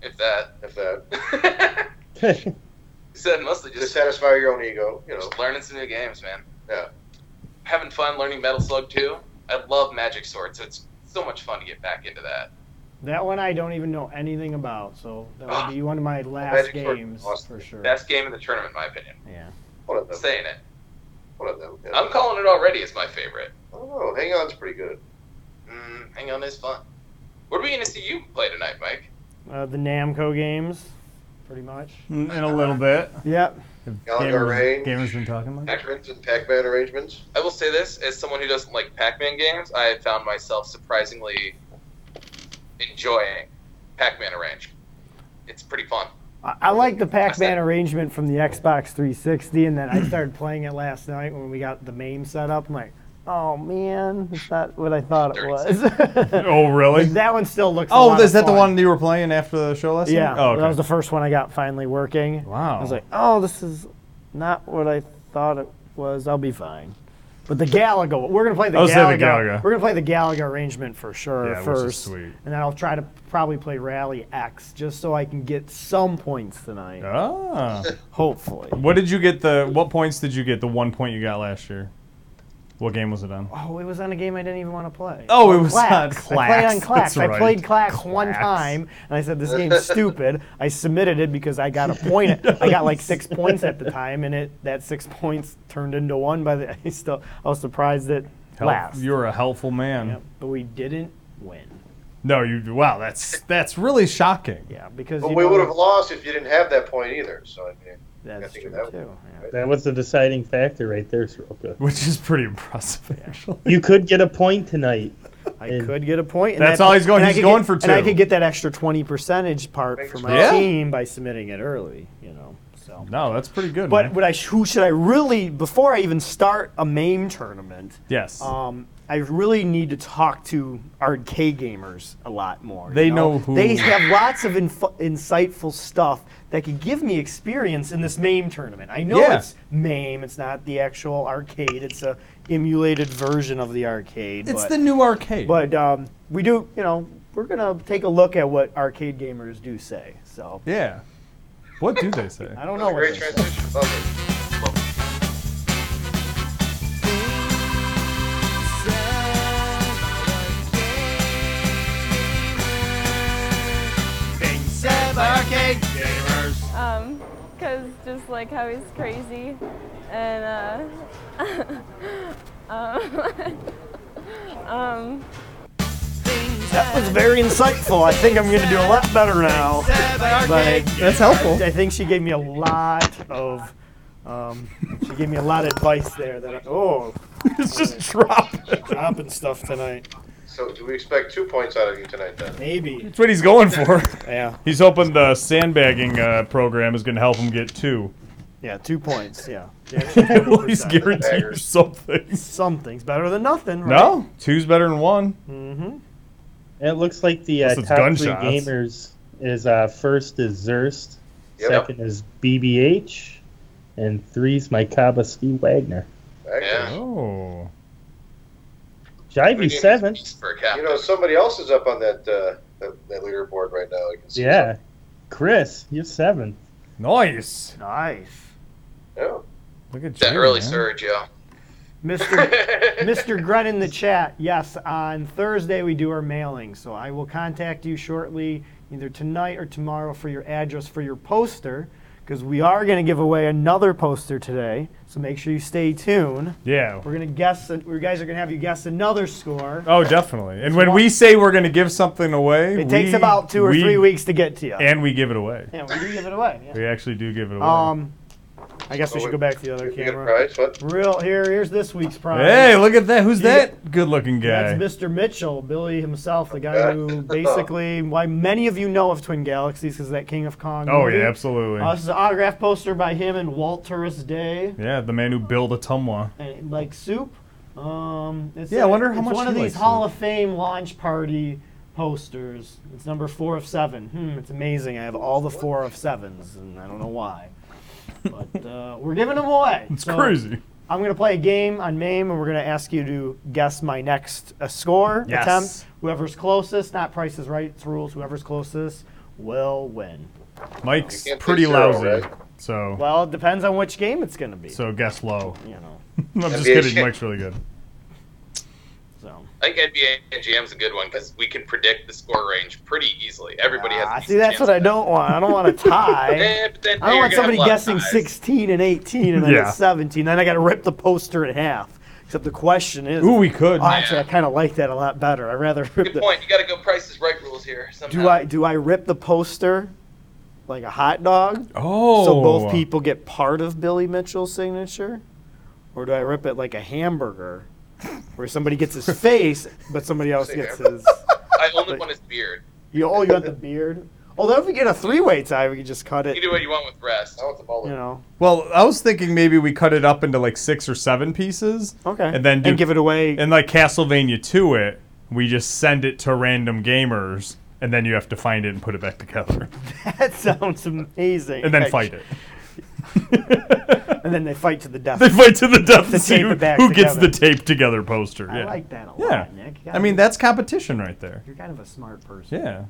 Speaker 5: if that
Speaker 6: if that.
Speaker 5: said mostly
Speaker 6: To
Speaker 5: just,
Speaker 6: satisfy your own ego, you know.
Speaker 5: just learning some new games, man.
Speaker 6: Yeah.
Speaker 5: Having fun learning Metal Slug too. I love Magic Sword, so it's so much fun to get back into that.
Speaker 2: That one I don't even know anything about, so that would
Speaker 5: Ah.
Speaker 2: be one of my last
Speaker 6: Magic Sword
Speaker 2: games
Speaker 6: lost
Speaker 2: for
Speaker 6: it.
Speaker 2: sure.
Speaker 5: Best game in the tournament, in my opinion.
Speaker 2: yeah.
Speaker 6: One of them.
Speaker 5: Saying it,
Speaker 6: One of them. Yeah.
Speaker 5: I'm calling it already as my favorite.
Speaker 6: I don't know. Hang on's pretty good.
Speaker 5: Mm, hang on, it's fun. What are we gonna see you play tonight, Mike?
Speaker 2: Uh, the Namco games, pretty much.
Speaker 3: in a little bit.
Speaker 2: Yep.
Speaker 3: Have
Speaker 6: Gallagher
Speaker 3: Gamers,
Speaker 6: Range.
Speaker 3: gamers been talking like.
Speaker 6: Pac-Man's and Pac-Man arrangements.
Speaker 5: I will say this as someone who doesn't like Pac-Man games, I have found myself surprisingly enjoying Pac-Man Arrange. It's pretty fun.
Speaker 2: I, I like the Pac-Man arrangement from the Xbox 360, and then I started playing it last night when we got the MAME set up. I'm like, oh man, it's not what I thought it was.
Speaker 3: Oh, really?
Speaker 2: But that one still looks. a
Speaker 3: oh,
Speaker 2: lot
Speaker 3: is
Speaker 2: of
Speaker 3: that the
Speaker 2: fun.
Speaker 3: one you were playing after the show last
Speaker 2: Yeah,
Speaker 3: night? Oh, okay.
Speaker 2: that was the first one I got finally working.
Speaker 3: wow.
Speaker 2: I was like, oh, this is not what I thought it was. I'll be fine. But the Galaga, we're gonna play the
Speaker 3: I was
Speaker 2: Galaga.
Speaker 3: saying the Galaga.
Speaker 2: We're gonna play the Galaga arrangement for sure
Speaker 3: Yeah, which is
Speaker 2: first,
Speaker 3: sweet.
Speaker 2: and then I'll try to probably play Rally X just so I can get some points tonight,
Speaker 3: Ah.
Speaker 2: hopefully.
Speaker 3: What did you get the what points did you get the one point you got last year? What game was it on?
Speaker 2: Oh, it was on a game I didn't even want to play.
Speaker 3: Oh, it was on
Speaker 2: I played on
Speaker 3: Clax,
Speaker 2: Clax.
Speaker 3: that's
Speaker 2: I
Speaker 3: right.
Speaker 2: played Clax, one
Speaker 3: Clax.
Speaker 2: time, and I said this game's stupid. I submitted it because I got a point. I got like six points at the time, and it that six points turned into one. By the I still I was surprised that
Speaker 3: Help-
Speaker 2: last.
Speaker 3: You're a helpful man.
Speaker 2: Yep, but we didn't win.
Speaker 3: No, you wow, that's that's really shocking.
Speaker 2: Yeah, because
Speaker 6: But
Speaker 2: you
Speaker 6: we
Speaker 2: know-
Speaker 6: would have lost if you didn't have that point either. So I mean, I
Speaker 2: That's
Speaker 6: think
Speaker 2: true
Speaker 6: that-
Speaker 2: too. yeah.
Speaker 4: That was the deciding factor right there, Soroka.
Speaker 3: Which is pretty impressive actually.
Speaker 4: You could get a point tonight.
Speaker 2: I
Speaker 4: And-
Speaker 2: could get a point. and
Speaker 3: That's
Speaker 2: that-
Speaker 3: all he's going-
Speaker 2: and I
Speaker 3: he's
Speaker 2: could
Speaker 3: going
Speaker 2: get-
Speaker 3: for
Speaker 2: And I
Speaker 3: two.
Speaker 2: could get that extra twenty percentage part for my
Speaker 3: Yeah.
Speaker 2: team by submitting it early. You know, so.
Speaker 3: No, that's pretty good.
Speaker 2: But
Speaker 3: man.
Speaker 2: what I sh- who should I really before I even start a MAME tournament?
Speaker 3: yes.
Speaker 2: Um, I really need to talk to arcade gamers a lot more. you
Speaker 3: They know who-
Speaker 2: They have lots of inf- insightful stuff that could give me experience in this MAME tournament. I know
Speaker 3: Yeah.
Speaker 2: it's MAME. It's not the actual arcade. It's a emulated version of the arcade.
Speaker 3: it's
Speaker 2: but-
Speaker 3: the new arcade.
Speaker 2: But um, we do, you know, we're gonna take a look at what arcade gamers do say. So
Speaker 3: yeah. What do they say?
Speaker 2: I don't know
Speaker 6: that's
Speaker 2: what
Speaker 6: a great
Speaker 2: they say.
Speaker 6: transition. Lovely.
Speaker 7: Um, 'cause just like how he's crazy and uh, um, um,
Speaker 2: That was very insightful. I think I'm going to do a lot better now. But
Speaker 3: That's helpful.
Speaker 2: I think she gave me a lot of, um, she gave me a lot of advice there. That I, oh,
Speaker 3: it's just drop.
Speaker 2: dropping stuff tonight.
Speaker 6: So do we expect two points out of you tonight then?
Speaker 2: Maybe.
Speaker 3: That's what he's going for.
Speaker 2: Yeah.
Speaker 3: He's hoping the sandbagging uh, program is going to help him get two.
Speaker 2: Yeah. Two points. Yeah.
Speaker 3: At least guarantee you
Speaker 6: Baggers.
Speaker 3: something.
Speaker 2: Something's better than nothing. Right?
Speaker 3: No, two's better than one.
Speaker 2: Mm-hmm.
Speaker 4: And it looks like the uh,
Speaker 3: Unless it's
Speaker 4: top
Speaker 3: gunshots.
Speaker 4: three gamers is uh, first is Zerst,
Speaker 6: Yep.
Speaker 4: second is BBH, and three's Mykaba Ski Wagner.
Speaker 6: Excellent.
Speaker 3: Oh,
Speaker 4: Jivey seven.
Speaker 5: For a captain.
Speaker 6: You know, somebody else is up on that uh, that, that leaderboard right now. I can see.
Speaker 4: Yeah. Chris, you're seven.
Speaker 3: nice.
Speaker 2: Nice.
Speaker 6: Yeah.
Speaker 3: Look at
Speaker 5: that
Speaker 3: you,
Speaker 5: early
Speaker 3: man.
Speaker 5: surge, yo.
Speaker 2: Mr. Mr. Gren in the chat, yes, on Thursday we do our mailing, so I will contact you shortly, either tonight or tomorrow, for your address for your poster, because we are going to give away another poster today. So make sure you stay tuned.
Speaker 3: Yeah.
Speaker 2: We're going to guess. We guys are going to have you guess another score.
Speaker 3: Oh, definitely. And when we say we're going to give something away,
Speaker 2: It takes
Speaker 3: Oh, we-
Speaker 2: about two or
Speaker 3: we-
Speaker 2: three weeks to get to you.
Speaker 3: and we give it away.
Speaker 2: yeah, we do give it away. yeah.
Speaker 3: We actually do give it away.
Speaker 2: Um, I guess we
Speaker 6: Oh,
Speaker 2: should
Speaker 6: wait.
Speaker 2: go back to the other
Speaker 6: You get a
Speaker 2: camera.
Speaker 6: prize? What?
Speaker 2: Real here. Here's this week's prize.
Speaker 3: hey, look at that. Who's
Speaker 2: You-
Speaker 3: that good-looking guy?
Speaker 2: That's Mr. Mitchell, Billy himself, the guy who basically, why many of you know of Twin Galaxies, is that King of Kong.
Speaker 3: oh
Speaker 2: movie.
Speaker 3: yeah, absolutely.
Speaker 2: Uh, this is an autograph poster by him and Walt Turris Day,
Speaker 3: yeah, the man who built a Tumwa.
Speaker 2: and like soup. Um, it's
Speaker 3: Yeah, I wonder how
Speaker 2: it's
Speaker 3: much
Speaker 2: one
Speaker 3: he
Speaker 2: of these
Speaker 3: likes
Speaker 2: Hall of Fame launch party posters. It's number four of seven. Hmm, it's amazing. I have all the four of sevens, and I don't know why. But uh, we're giving them away.
Speaker 3: It's
Speaker 2: So,
Speaker 3: crazy.
Speaker 2: I'm going to play a game on MAME, and we're going to ask you to guess my next uh, score
Speaker 3: Yes.
Speaker 2: attempt. Whoever's closest, not Price is Right, it's rules. Whoever's closest will win.
Speaker 3: Mike's
Speaker 6: You can't
Speaker 3: pretty
Speaker 6: say zero,
Speaker 3: lousy,
Speaker 6: right?
Speaker 3: so
Speaker 2: Well, it depends on which game it's going to be.
Speaker 3: so guess low.
Speaker 2: you know,
Speaker 3: I'm just
Speaker 6: NBA.
Speaker 3: kidding. Mike's really good.
Speaker 2: so.
Speaker 5: I think NBA GM's a good one because we can predict the score range pretty easily. Everybody
Speaker 2: Ah,
Speaker 5: has. a
Speaker 2: see, that's what I don't want. I don't want a tie.
Speaker 5: Yeah, Eh, but then
Speaker 2: I don't
Speaker 5: you're
Speaker 2: want
Speaker 5: gonna have
Speaker 2: somebody
Speaker 5: a lot of
Speaker 2: guessing
Speaker 5: ties.
Speaker 2: 16 and 18 and then
Speaker 3: Yeah.
Speaker 2: it's 17. Then I got to rip the poster in half. Except the question is,
Speaker 3: Ooh, we could.
Speaker 2: oh, actually, I
Speaker 5: Yeah.
Speaker 2: kind of like that a lot better. I'd rather rip
Speaker 5: Good
Speaker 2: the,
Speaker 5: point. You got to go Price is Right rules here. Somehow.
Speaker 2: Do I do I rip the poster like a hot dog?
Speaker 3: oh,
Speaker 2: So both people get part of Billy Mitchell's signature? Or do I rip it like a hamburger? Where somebody gets his face, but somebody else gets his
Speaker 5: I only want his beard.
Speaker 2: you oh you got the beard? Although if we get a three way tie we could just cut
Speaker 5: You
Speaker 2: it.
Speaker 5: can do what you want with rest.
Speaker 6: I want the ball.
Speaker 2: You know.
Speaker 3: Well, I was thinking maybe we cut it up into like six or seven pieces.
Speaker 6: Oh.
Speaker 2: Okay.
Speaker 3: And then do,
Speaker 2: give it away.
Speaker 3: and like Castlevania to it. We just send it to random gamers, and then you have to find it and put it back together,
Speaker 2: that sounds amazing.
Speaker 3: and then
Speaker 2: Actu-
Speaker 3: fight it.
Speaker 2: and then they fight to the death.
Speaker 3: They fight to the death
Speaker 2: To
Speaker 3: to see
Speaker 2: tape
Speaker 3: who,
Speaker 2: it back
Speaker 3: who gets
Speaker 2: together.
Speaker 3: the tape together poster.
Speaker 2: I
Speaker 3: yeah.
Speaker 2: like that a
Speaker 3: Yeah.
Speaker 2: lot, Nick. You
Speaker 3: I mean,
Speaker 2: gotta-
Speaker 3: that's competition right there.
Speaker 2: you're kind of a smart person.
Speaker 3: Yeah.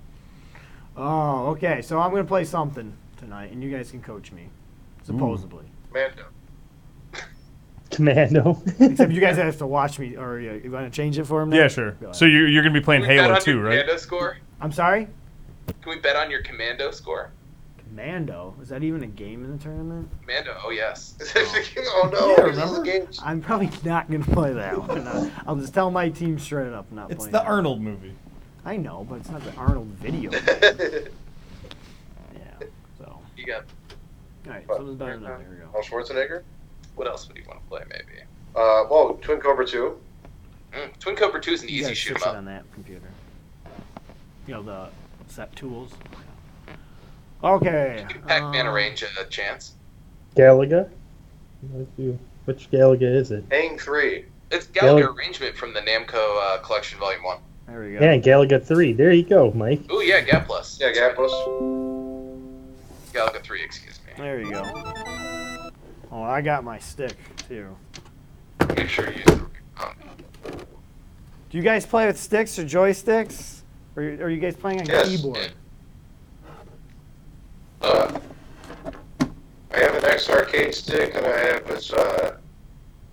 Speaker 2: Oh, okay. So I'm gonna play something tonight, and you guys can coach me, supposedly.
Speaker 5: Mando.
Speaker 4: Commando.
Speaker 2: Except you guys have to watch me, or uh, you want to change it for him? now?
Speaker 3: Yeah, sure.
Speaker 2: Go ahead.
Speaker 3: So you're, you're going to be playing
Speaker 5: Can we bet
Speaker 3: Halo
Speaker 5: on
Speaker 3: 2,
Speaker 5: your
Speaker 3: right?
Speaker 5: Commando score?
Speaker 2: I'm sorry.
Speaker 5: Can we bet on your Commando score?
Speaker 2: Commando. Is that even a game in the tournament?
Speaker 5: Commando, oh yes.
Speaker 6: oh no,
Speaker 3: Yeah,
Speaker 6: this is
Speaker 3: remember?
Speaker 6: a game.
Speaker 2: I'm probably not gonna play that one. I'll- I'll just tell my team straight up I'm not
Speaker 3: It's
Speaker 2: playing.
Speaker 3: the
Speaker 2: that.
Speaker 3: Arnold movie.
Speaker 2: I know, but it's not the Arnold video. game. yeah. So. All
Speaker 5: you got
Speaker 2: right.
Speaker 6: But-
Speaker 2: Something's better than there we go.
Speaker 6: Arnold Schwarzenegger.
Speaker 5: what else would you want to play maybe?
Speaker 6: Uh, whoa, Twin Cobra 2.
Speaker 5: Mm, Twin Cobra 2 is an
Speaker 2: You
Speaker 5: easy
Speaker 2: gotta
Speaker 5: shoot 'em
Speaker 2: fix it
Speaker 5: up.
Speaker 2: on that computer. You know the set tools. Okay.
Speaker 5: Give Pac-Man
Speaker 2: uh,
Speaker 5: a range a chance.
Speaker 4: Galaga. Which Galaga is it?
Speaker 6: Hang 3.
Speaker 5: It's Gallagher
Speaker 4: Galag-
Speaker 5: arrangement from the Namco uh, Collection Volume One.
Speaker 2: There we go.
Speaker 4: Yeah, Galaga three. There you go, Mike.
Speaker 5: Ooh yeah, Gap Plus.
Speaker 6: Yeah, Gapless.
Speaker 5: Galaga three, excuse me.
Speaker 2: There you go. Oh, I got my stick too.
Speaker 5: Make sure you use the um,
Speaker 2: Do you guys play with sticks or joysticks? Or are you guys playing on
Speaker 6: Yes.
Speaker 2: keyboard?
Speaker 6: Uh, I have an X arcade stick and I have this uh,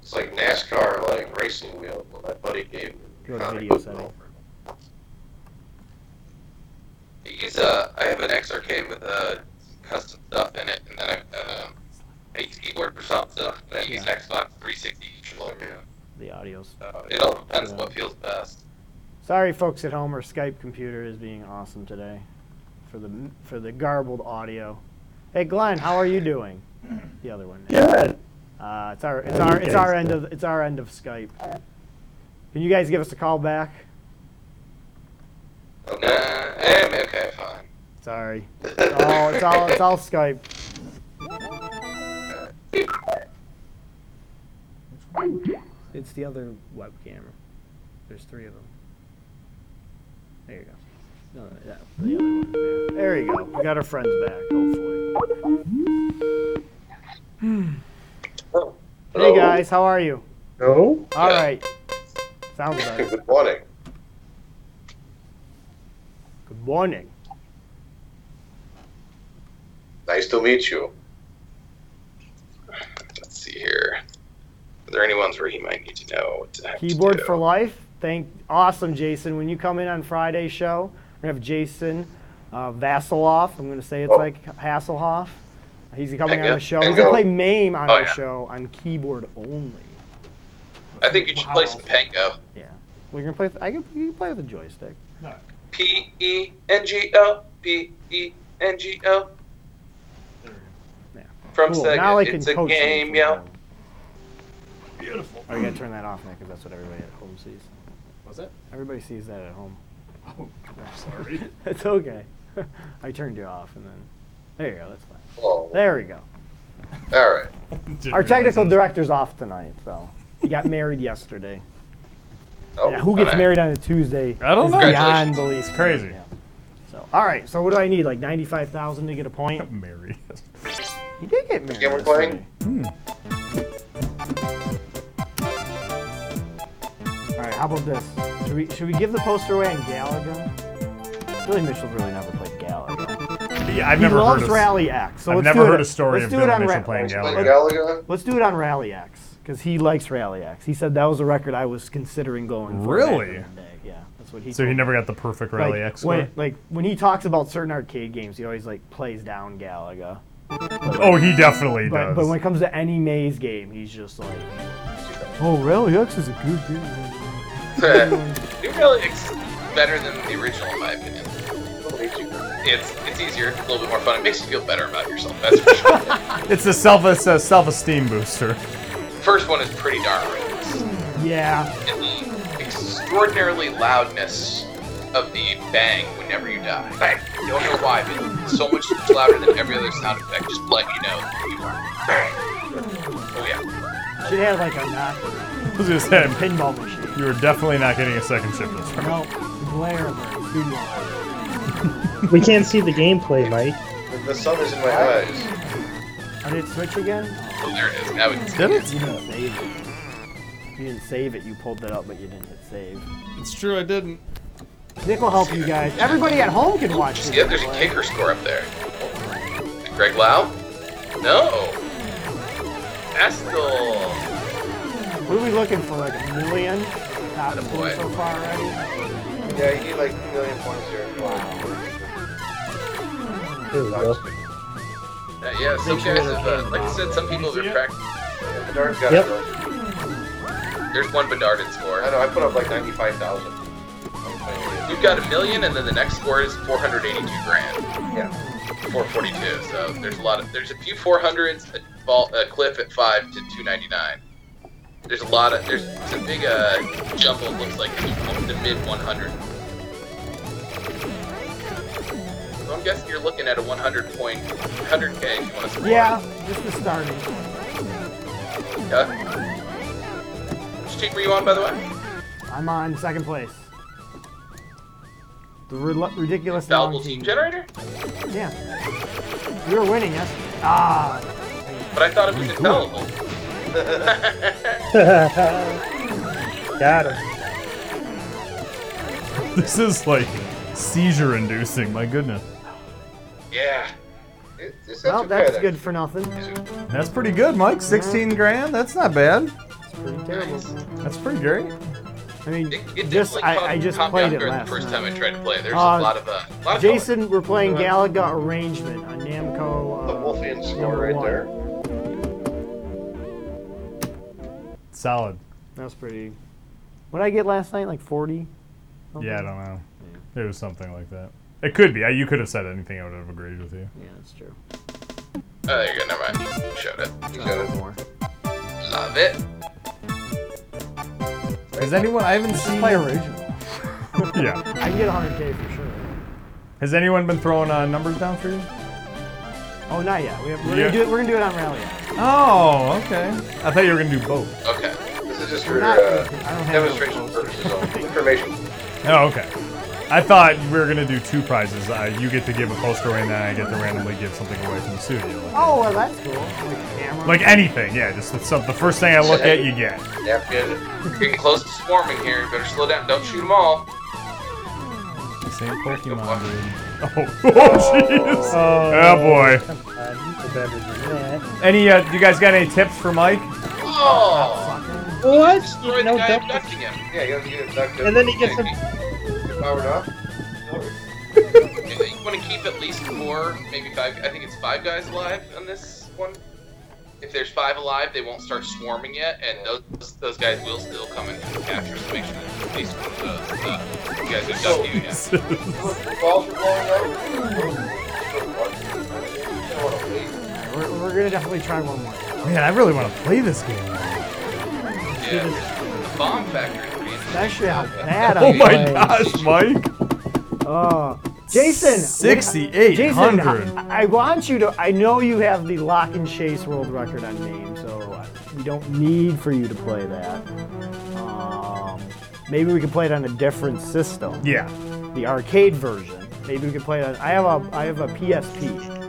Speaker 6: it's like NASCAR like racing wheel that my buddy gave me.
Speaker 2: Go to
Speaker 6: Comic
Speaker 2: video
Speaker 6: book
Speaker 2: setting.
Speaker 5: He's uh, I have an X arcade with uh, custom stuff in it, and then I have um, a keyboard for some stuff. And I use
Speaker 2: Yeah.
Speaker 5: Xbox 360 controller.
Speaker 2: The audio's.
Speaker 5: So it all depends what feels best.
Speaker 2: Sorry, folks at home. Our Skype computer is being awesome today, for the for the garbled audio. Hey, Glenn, how are you doing? The other one.
Speaker 4: Good.
Speaker 2: Uh, it's our it's our it's our end of it's our end of Skype. Can you guys give us a call back?
Speaker 5: Oh, Nah, I'm okay, fine.
Speaker 2: Sorry. It's all it's all, it's all Skype. It's the other web camera. There's three of them. There you go. No, that, the other one there. There you go. We got our friends back, hopefully. Hey
Speaker 6: Hello.
Speaker 2: guys, how are you?
Speaker 4: Oh,
Speaker 2: All
Speaker 5: Yeah.
Speaker 2: right. Sounds better.
Speaker 6: Good morning.
Speaker 2: Good morning.
Speaker 6: Nice to meet you.
Speaker 5: Let's see here. Are there any ones where he might need to know what to have to
Speaker 2: Keyboard
Speaker 5: do?
Speaker 2: for life. Thank awesome, Jason. When you come in on Friday's show, we're gonna have Jason uh, Vassilov. I'm gonna say it's
Speaker 6: Oh.
Speaker 2: like Hasselhoff. He's coming
Speaker 5: Heck
Speaker 2: on
Speaker 5: yeah.
Speaker 2: the show.
Speaker 5: There
Speaker 2: He's
Speaker 5: you
Speaker 2: gonna
Speaker 5: go.
Speaker 2: play Mame on
Speaker 5: Oh,
Speaker 2: our
Speaker 5: yeah.
Speaker 2: show on keyboard only.
Speaker 5: I think you should play some Pango.
Speaker 2: We're gonna play. With, I can, you can play with a joystick.
Speaker 5: P E N G O P E N G O.
Speaker 2: Yeah.
Speaker 5: From
Speaker 2: Cool.
Speaker 5: Sega,
Speaker 2: Now I can
Speaker 5: it's a
Speaker 2: coach you
Speaker 5: game,
Speaker 2: from
Speaker 5: yo.
Speaker 2: home. Oh, you gotta turn that off now because that's what everybody at home sees.
Speaker 3: Was it?
Speaker 2: Everybody sees that at home.
Speaker 3: Oh, I'm sorry.
Speaker 2: It's okay. I turned you off and then. There you go. That's fine.
Speaker 6: Oh,
Speaker 2: There we go.
Speaker 6: all right.
Speaker 3: Didn't
Speaker 2: Our
Speaker 3: realize
Speaker 2: technical
Speaker 3: that.
Speaker 2: director's off tonight, so he got married yesterday.
Speaker 6: Oh,
Speaker 2: Yeah, who gets
Speaker 5: alright.
Speaker 2: married on a Tuesday?
Speaker 3: I don't
Speaker 2: is
Speaker 3: know.
Speaker 2: Beyond
Speaker 5: Congratulations.
Speaker 2: belief. to me,
Speaker 3: Crazy.
Speaker 2: yeah. So, all right. So, what do I need? Like ninety-five thousand to get a point?
Speaker 3: Mary.
Speaker 2: He did get married.
Speaker 6: Again, we're playing?
Speaker 2: yesterday. Hmm. All right. How about this? Should we should we give the poster away on Galaga? Billy Mitchell really never played Galaga.
Speaker 3: Yeah, I've
Speaker 2: He
Speaker 3: never
Speaker 2: loves
Speaker 3: heard of
Speaker 2: Rally X. So
Speaker 3: I've
Speaker 2: let's
Speaker 3: never
Speaker 2: do
Speaker 3: heard
Speaker 2: it.
Speaker 3: a story
Speaker 2: let's
Speaker 3: of
Speaker 2: do
Speaker 3: Billy
Speaker 2: it on
Speaker 3: Mitchell
Speaker 2: Ra-
Speaker 3: playing
Speaker 6: Let's play
Speaker 3: Galaga.
Speaker 6: Galaga.
Speaker 2: Let's do it on Rally X because he likes Rally X. He said that was a record I was considering going. For back
Speaker 3: Really?
Speaker 2: in the day. Yeah, that's what he.
Speaker 3: So
Speaker 2: told
Speaker 3: he
Speaker 2: me.
Speaker 3: never got the perfect Rally
Speaker 2: like,
Speaker 3: X score.
Speaker 2: when, like when he talks about certain arcade games, he always like plays down Galaga.
Speaker 3: oh, he definitely
Speaker 2: But
Speaker 3: does.
Speaker 2: but when it comes to any maze game, he's just like, oh, Rally X is a good game.
Speaker 5: New Relic is better than the original, in my opinion. It's it's easier, a little bit more fun. It makes you feel better about yourself. That's for sure.
Speaker 3: it's a self it's a self esteem booster.
Speaker 5: First one is pretty darn ridiculous.
Speaker 2: Yeah,
Speaker 5: And the extraordinarily loudness of the bang whenever you die. Bang. Don't know why, but it's so much louder than every other sound effect. Just let you know that you are. Bang. Oh yeah.
Speaker 2: should have like a knock
Speaker 3: I was gonna say,
Speaker 2: pinball machine.
Speaker 3: you were definitely not getting a second ship this round.
Speaker 2: No, glare of a pinball.
Speaker 4: we can't see the gameplay, Mike.
Speaker 6: The sun is in my eyes.
Speaker 2: I Did it switch again? Oh,
Speaker 5: Oh, there it is. Now we can see
Speaker 3: Did
Speaker 2: You
Speaker 3: it?
Speaker 2: didn't save it. You didn't save it. You pulled that up, but you didn't hit save.
Speaker 3: It's true, I didn't.
Speaker 2: Nick will help you guys. Everybody at home can watch this.
Speaker 5: Yeah, there's a kicker score up there. Greg Lau? No. Estel.
Speaker 2: What are we looking for? Like a million? Not a
Speaker 5: Attaboy.
Speaker 2: so far already.
Speaker 6: Yeah, you need like a million points here.
Speaker 4: There we go.
Speaker 5: Uh, yeah, some guys have, uh, like I said, some people have been practicing.
Speaker 6: Bedard's got
Speaker 4: Yep.
Speaker 6: it. though.
Speaker 5: There's one Bedarded score.
Speaker 6: I know, I put up like 95,000. I'm playing it.
Speaker 5: We've got a million, and then the next score is 482 grand,
Speaker 6: Yeah.
Speaker 5: 442. So there's a lot of there's a few 400s. A, ball, a uh, cliff at five to 299. There's a lot of there's it's a big uh, jumble. It looks like in the mid 100. So I'm guessing you're looking at a 100 point, 100k if you want to score.
Speaker 2: Yeah, just the starting.
Speaker 5: Yeah. Which team were you on, by the way?
Speaker 2: I'm on second place. The rel- ridiculous long
Speaker 5: Fallible team
Speaker 2: team.
Speaker 5: generator.
Speaker 2: Yeah. We were winning, yes. Ah,
Speaker 5: But I thought it was infallible.
Speaker 4: Got him.
Speaker 3: This is like seizure inducing, my goodness.
Speaker 5: Yeah.
Speaker 6: It, it's not
Speaker 2: well,
Speaker 6: too
Speaker 2: that's
Speaker 6: bad,
Speaker 2: good for nothing. It's
Speaker 3: That's pretty good, Mike. 16 grand? That's not bad.
Speaker 2: pretty terrible.
Speaker 3: That's pretty great.
Speaker 2: I mean,
Speaker 5: It, it
Speaker 2: just
Speaker 5: definitely caught-
Speaker 2: I, I just
Speaker 5: caught me
Speaker 2: played
Speaker 5: off
Speaker 2: it
Speaker 5: guard
Speaker 2: last
Speaker 5: the first
Speaker 2: night.
Speaker 5: time I tried to play. There's
Speaker 2: Uh,
Speaker 5: a lot of uh, lot of color.
Speaker 2: Jason, we're playing Galaga Arrangement on Namco. Uh,
Speaker 6: The Wolfian score
Speaker 2: number
Speaker 6: right
Speaker 2: one.
Speaker 6: there.
Speaker 3: Solid.
Speaker 2: That was pretty. What did I get last night? Like 40?
Speaker 3: Yeah, I don't know. It was something like that. It could be. I, you could have said anything. I would have agreed with you.
Speaker 2: Yeah, that's true.
Speaker 5: Oh, there you go. Never mind. Showed it.
Speaker 6: You got it.
Speaker 2: More.
Speaker 5: Love it.
Speaker 3: Has anyone? I haven't seen.
Speaker 2: Play original.
Speaker 3: Yeah.
Speaker 2: I can get 100k for sure.
Speaker 3: Has anyone been throwing uh, numbers down for you?
Speaker 2: Oh, not yet. We have, we're,
Speaker 3: Yeah.
Speaker 2: gonna do it, we're gonna do it on Rally.
Speaker 3: Oh, okay. I thought you were gonna do both.
Speaker 5: Okay.
Speaker 6: This is just for
Speaker 2: Not-
Speaker 6: uh,
Speaker 2: I don't have
Speaker 6: demonstration
Speaker 2: those.
Speaker 6: purposes only. Information.
Speaker 3: Oh, okay. I thought we were gonna do two prizes. Uh, you get to give a poster away, and then I get to randomly give something away from the studio.
Speaker 2: Oh, well, that's cool. Like a camera.
Speaker 3: Like anything, yeah. Just it's some, the first thing I look at, you get.
Speaker 6: Napkin.
Speaker 5: You're getting close to swarming here. You better slow down. Don't shoot them all.
Speaker 3: Same
Speaker 5: Pokemon,
Speaker 3: Pokemon. Oh, oh, jeez. Oh boy.
Speaker 4: Come on, you better than that.
Speaker 3: Any? Uh, you guys got any tips for Mike?
Speaker 5: Oh!
Speaker 4: What?
Speaker 5: Destroy the
Speaker 4: No
Speaker 5: guy
Speaker 4: double.
Speaker 5: abducting him.
Speaker 6: Yeah, you have to get abducted.
Speaker 4: And then he gets a.
Speaker 6: Get powered up.
Speaker 5: You want to keep at least four, maybe five. I think it's five guys alive on this one. If there's five alive, they won't start swarming yet, and those those guys will still come in and capture. So make sure there's at least one of those. Uh, you guys abduct you.
Speaker 3: Oh,
Speaker 5: Yeah.
Speaker 6: The balls are blowing up.
Speaker 2: We're, we're gonna definitely try one more.
Speaker 3: Oh, Man, I really want to play this game.
Speaker 5: Yeah. The bomb factory. is being-
Speaker 2: That's actually how bad
Speaker 3: Oh
Speaker 2: I'm
Speaker 3: my
Speaker 2: playing.
Speaker 3: gosh, Mike!
Speaker 2: Oh. Jason!
Speaker 3: sixty-eight
Speaker 2: Jason,
Speaker 3: hundred.
Speaker 2: I, I want you to. I know you have the lock and chase world record on name, so we don't need for you to play that. Um, maybe we could play it on a different system,
Speaker 3: Yeah,
Speaker 2: the arcade version. Maybe we could play it on. I have a. I have a PSP.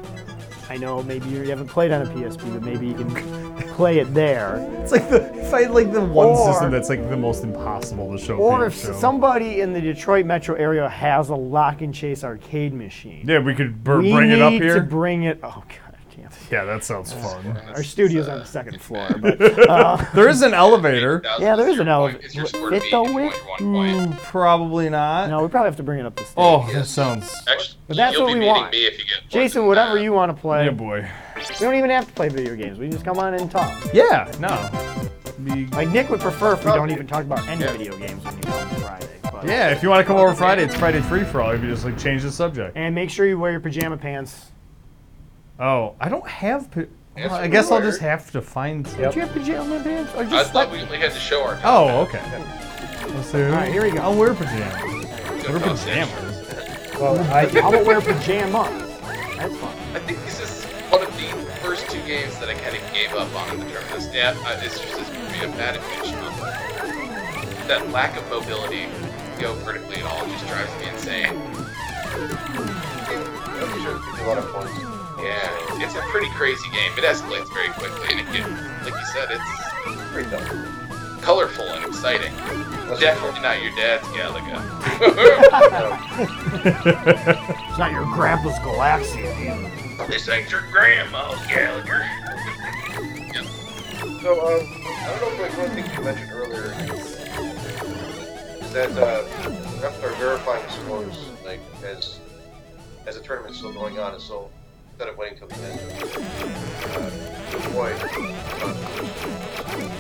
Speaker 2: I know maybe you haven't played on a PSP, but maybe you can play it there.
Speaker 3: it's like the if I like the one
Speaker 2: Or-
Speaker 3: system that's like the most impossible to show.
Speaker 2: Or if
Speaker 3: people, so-
Speaker 2: somebody in the Detroit metro area has a lock and chase arcade machine,
Speaker 3: yeah, we could br-
Speaker 2: we
Speaker 3: bring
Speaker 2: need
Speaker 3: it up
Speaker 2: to
Speaker 3: here.
Speaker 2: bring it. Oh god, damn it.
Speaker 3: yeah, that sounds fun.
Speaker 2: Our studio's on the second floor, but uh,
Speaker 3: There is an elevator.
Speaker 2: yeah, there is an elevator.
Speaker 5: Is your score to
Speaker 2: Fit
Speaker 5: be
Speaker 2: though,
Speaker 5: 8.1 point?
Speaker 3: Mm, probably not.
Speaker 2: no, we probably have to bring it up the stairs.
Speaker 3: Oh, that sounds.
Speaker 5: Actually,
Speaker 2: But that's
Speaker 5: you'll
Speaker 2: what
Speaker 5: be
Speaker 2: we
Speaker 5: beating
Speaker 2: want.
Speaker 5: me if you get
Speaker 2: Jason,
Speaker 5: points.
Speaker 2: whatever you want to play.
Speaker 3: Yeah, boy.
Speaker 2: We don't even have to play video games. We can just come on and talk.
Speaker 3: Yeah, no. Be-
Speaker 2: Like Nick would prefer if we don't even talk about any video games when you come on Friday. But,
Speaker 3: Oh. yeah, if you want to come over Friday, it's Friday free for all. If you just like change the subject.
Speaker 2: And make sure you wear your pajama pants.
Speaker 3: Oh, I don't have. Pa-
Speaker 6: Yes,
Speaker 3: well, I
Speaker 6: we
Speaker 3: guess I'll
Speaker 6: were.
Speaker 3: just have to find. Some.
Speaker 2: Do you have pajama pants? Or
Speaker 5: I
Speaker 2: just
Speaker 5: thought
Speaker 2: sweat-
Speaker 5: we only had to show our.
Speaker 3: Oh, okay. Let's see. All
Speaker 2: right, here we go.
Speaker 3: I'll wear pajamas. Wear
Speaker 5: Oh,
Speaker 3: pajamas.
Speaker 4: Well, I,
Speaker 2: I will wear pajamas. That's fine.
Speaker 5: I think this is one of the first two games that I kind of gave up on in the term of this. Yeah, I- it's just this movie of bad invention. That lack of mobility, to go vertically at all, just drives me insane.
Speaker 6: Sure, it's a lot of points.
Speaker 5: Yeah, it's a pretty crazy game. It escalates very quickly, and it gets, like you said, it's
Speaker 6: Pretty dumb.
Speaker 5: colorful and exciting. Definitely not your dad's Galaga.
Speaker 6: Definitely.
Speaker 2: It's not your grandpa's Galaxia, dude.
Speaker 5: this ain't your grandma's Gallagher.
Speaker 6: So, um, I don't know if like one thing you mentioned earlier is that uh, after verifying scores, like as as the tournament's still going on, and so instead of waiting till the end, uh, to avoid. And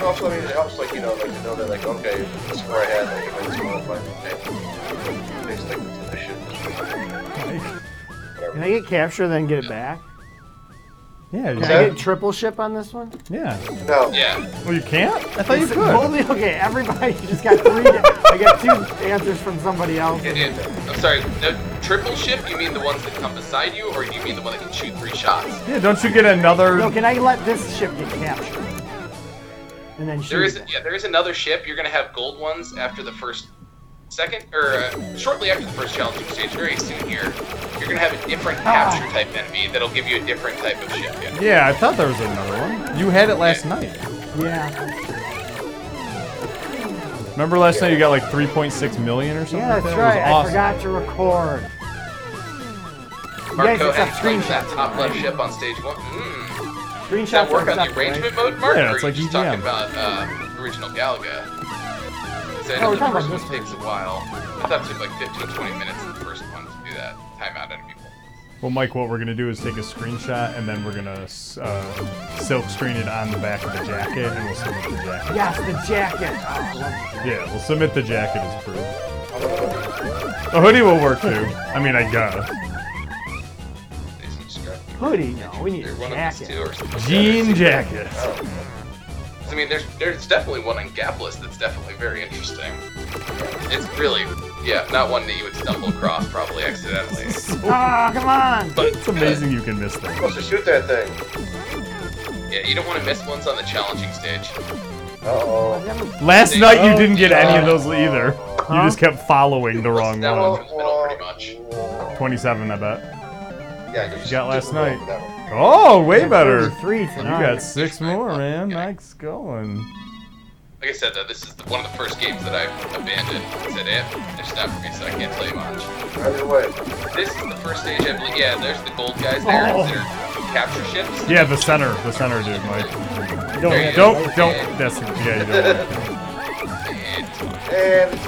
Speaker 6: uh, also, I mean, it helps, like you know, like to know that, like, okay, the score I had, like, if I score by okay, they stick to the shit. Whatever.
Speaker 2: Can I get capture then get it back?
Speaker 3: Yeah,
Speaker 2: Can
Speaker 3: you-
Speaker 2: I
Speaker 6: that-
Speaker 2: get triple ship on this one?
Speaker 3: yeah.
Speaker 6: No.
Speaker 5: Yeah,
Speaker 3: Well, you can't. I thought you
Speaker 2: It's
Speaker 3: could.
Speaker 2: Only, okay, everybody just got three. I got two answers from somebody else.
Speaker 5: it, it, I'm sorry. The triple shift? You mean the ones that come beside you, or you mean the one that can shoot three shots?
Speaker 3: Yeah, don't you get another?
Speaker 2: No, can I let this ship get captured? And then shoot
Speaker 5: There
Speaker 2: it
Speaker 5: is
Speaker 2: then.
Speaker 5: yeah, there is another ship. You're gonna have gold ones after the first, second, or uh, shortly after the first challenging stage. Very soon here, you're gonna have a different
Speaker 2: Ah.
Speaker 5: capture type enemy that'll give you a different type of ship. Yeah.
Speaker 3: Yeah, I thought there was another one. You had it last night.
Speaker 2: Yeah.
Speaker 3: Remember last night you got like 3.6 million or something?
Speaker 2: Yeah,
Speaker 3: like
Speaker 2: that's
Speaker 3: that? It was
Speaker 2: right. I
Speaker 3: awesome.
Speaker 2: forgot to record.
Speaker 5: Mark
Speaker 2: guys, it's
Speaker 5: Cohen
Speaker 2: a
Speaker 5: claims that
Speaker 2: screenshot.
Speaker 5: top left ship on stage one. Mm.
Speaker 2: Screenshot.
Speaker 5: Does that work on the
Speaker 2: accepted, right?
Speaker 5: arrangement mode, Mark?
Speaker 3: Yeah,
Speaker 5: or
Speaker 3: it's
Speaker 5: are
Speaker 3: like E
Speaker 5: you just
Speaker 3: EDM.
Speaker 5: talking about uh, original Galaga? 'Cause
Speaker 2: No,
Speaker 5: I know
Speaker 2: we're
Speaker 5: the
Speaker 2: Oh, talking
Speaker 5: first
Speaker 2: about
Speaker 5: one
Speaker 2: this
Speaker 5: takes a while. I thought it took like 15, 20 minutes in the first one to do that. Time out enemy.
Speaker 3: Well, Mike, what we're gonna do is take a screenshot and then we're gonna uh, silk screen it on the back of the jacket, and we'll submit the jacket.
Speaker 2: Yes, the jacket. Oh, I love it.
Speaker 3: Yeah, we'll submit the jacket as proof. A hoodie will work too. I mean, I guess.
Speaker 2: Hoodie? No, we need
Speaker 5: They're
Speaker 2: a
Speaker 5: one of these two
Speaker 2: jacket.
Speaker 5: or something.
Speaker 3: Jean jacket.
Speaker 5: I mean, there's there's definitely one on Gapless that's definitely very interesting. It's really, yeah, not one that you would stumble across probably accidentally.
Speaker 2: Ah, come on.
Speaker 5: But uh,
Speaker 3: It's amazing you can miss that.
Speaker 6: supposed to shoot that thing.
Speaker 5: yeah, you don't want to miss ones on the challenging stage.
Speaker 6: Uh oh.
Speaker 3: Last night you didn't get any of
Speaker 5: God.
Speaker 3: those either. You just kept following the wrong
Speaker 5: That
Speaker 3: one.
Speaker 5: one in the middle, pretty much.
Speaker 3: 27, I bet.
Speaker 6: Yeah, you
Speaker 3: Got last
Speaker 6: just roll
Speaker 3: night.
Speaker 6: with that one.
Speaker 3: Oh, way better.
Speaker 2: Three
Speaker 3: You
Speaker 2: tonight.
Speaker 3: got six more, man. Mike's going.
Speaker 5: Like I said, though, this is the, one of the first games that I've abandoned. I said, eh, it's not for me, so I can't play much.
Speaker 6: Either way,
Speaker 5: This is the first stage, I believe. Yeah, there's the gold guys there
Speaker 2: Oh.
Speaker 5: that are capture ships.
Speaker 3: Yeah, the center, the center dude, Mike.
Speaker 5: There you
Speaker 2: Don't.
Speaker 5: go.
Speaker 3: Don't, don't. That's yeah, you don't. want that.
Speaker 5: And,
Speaker 6: and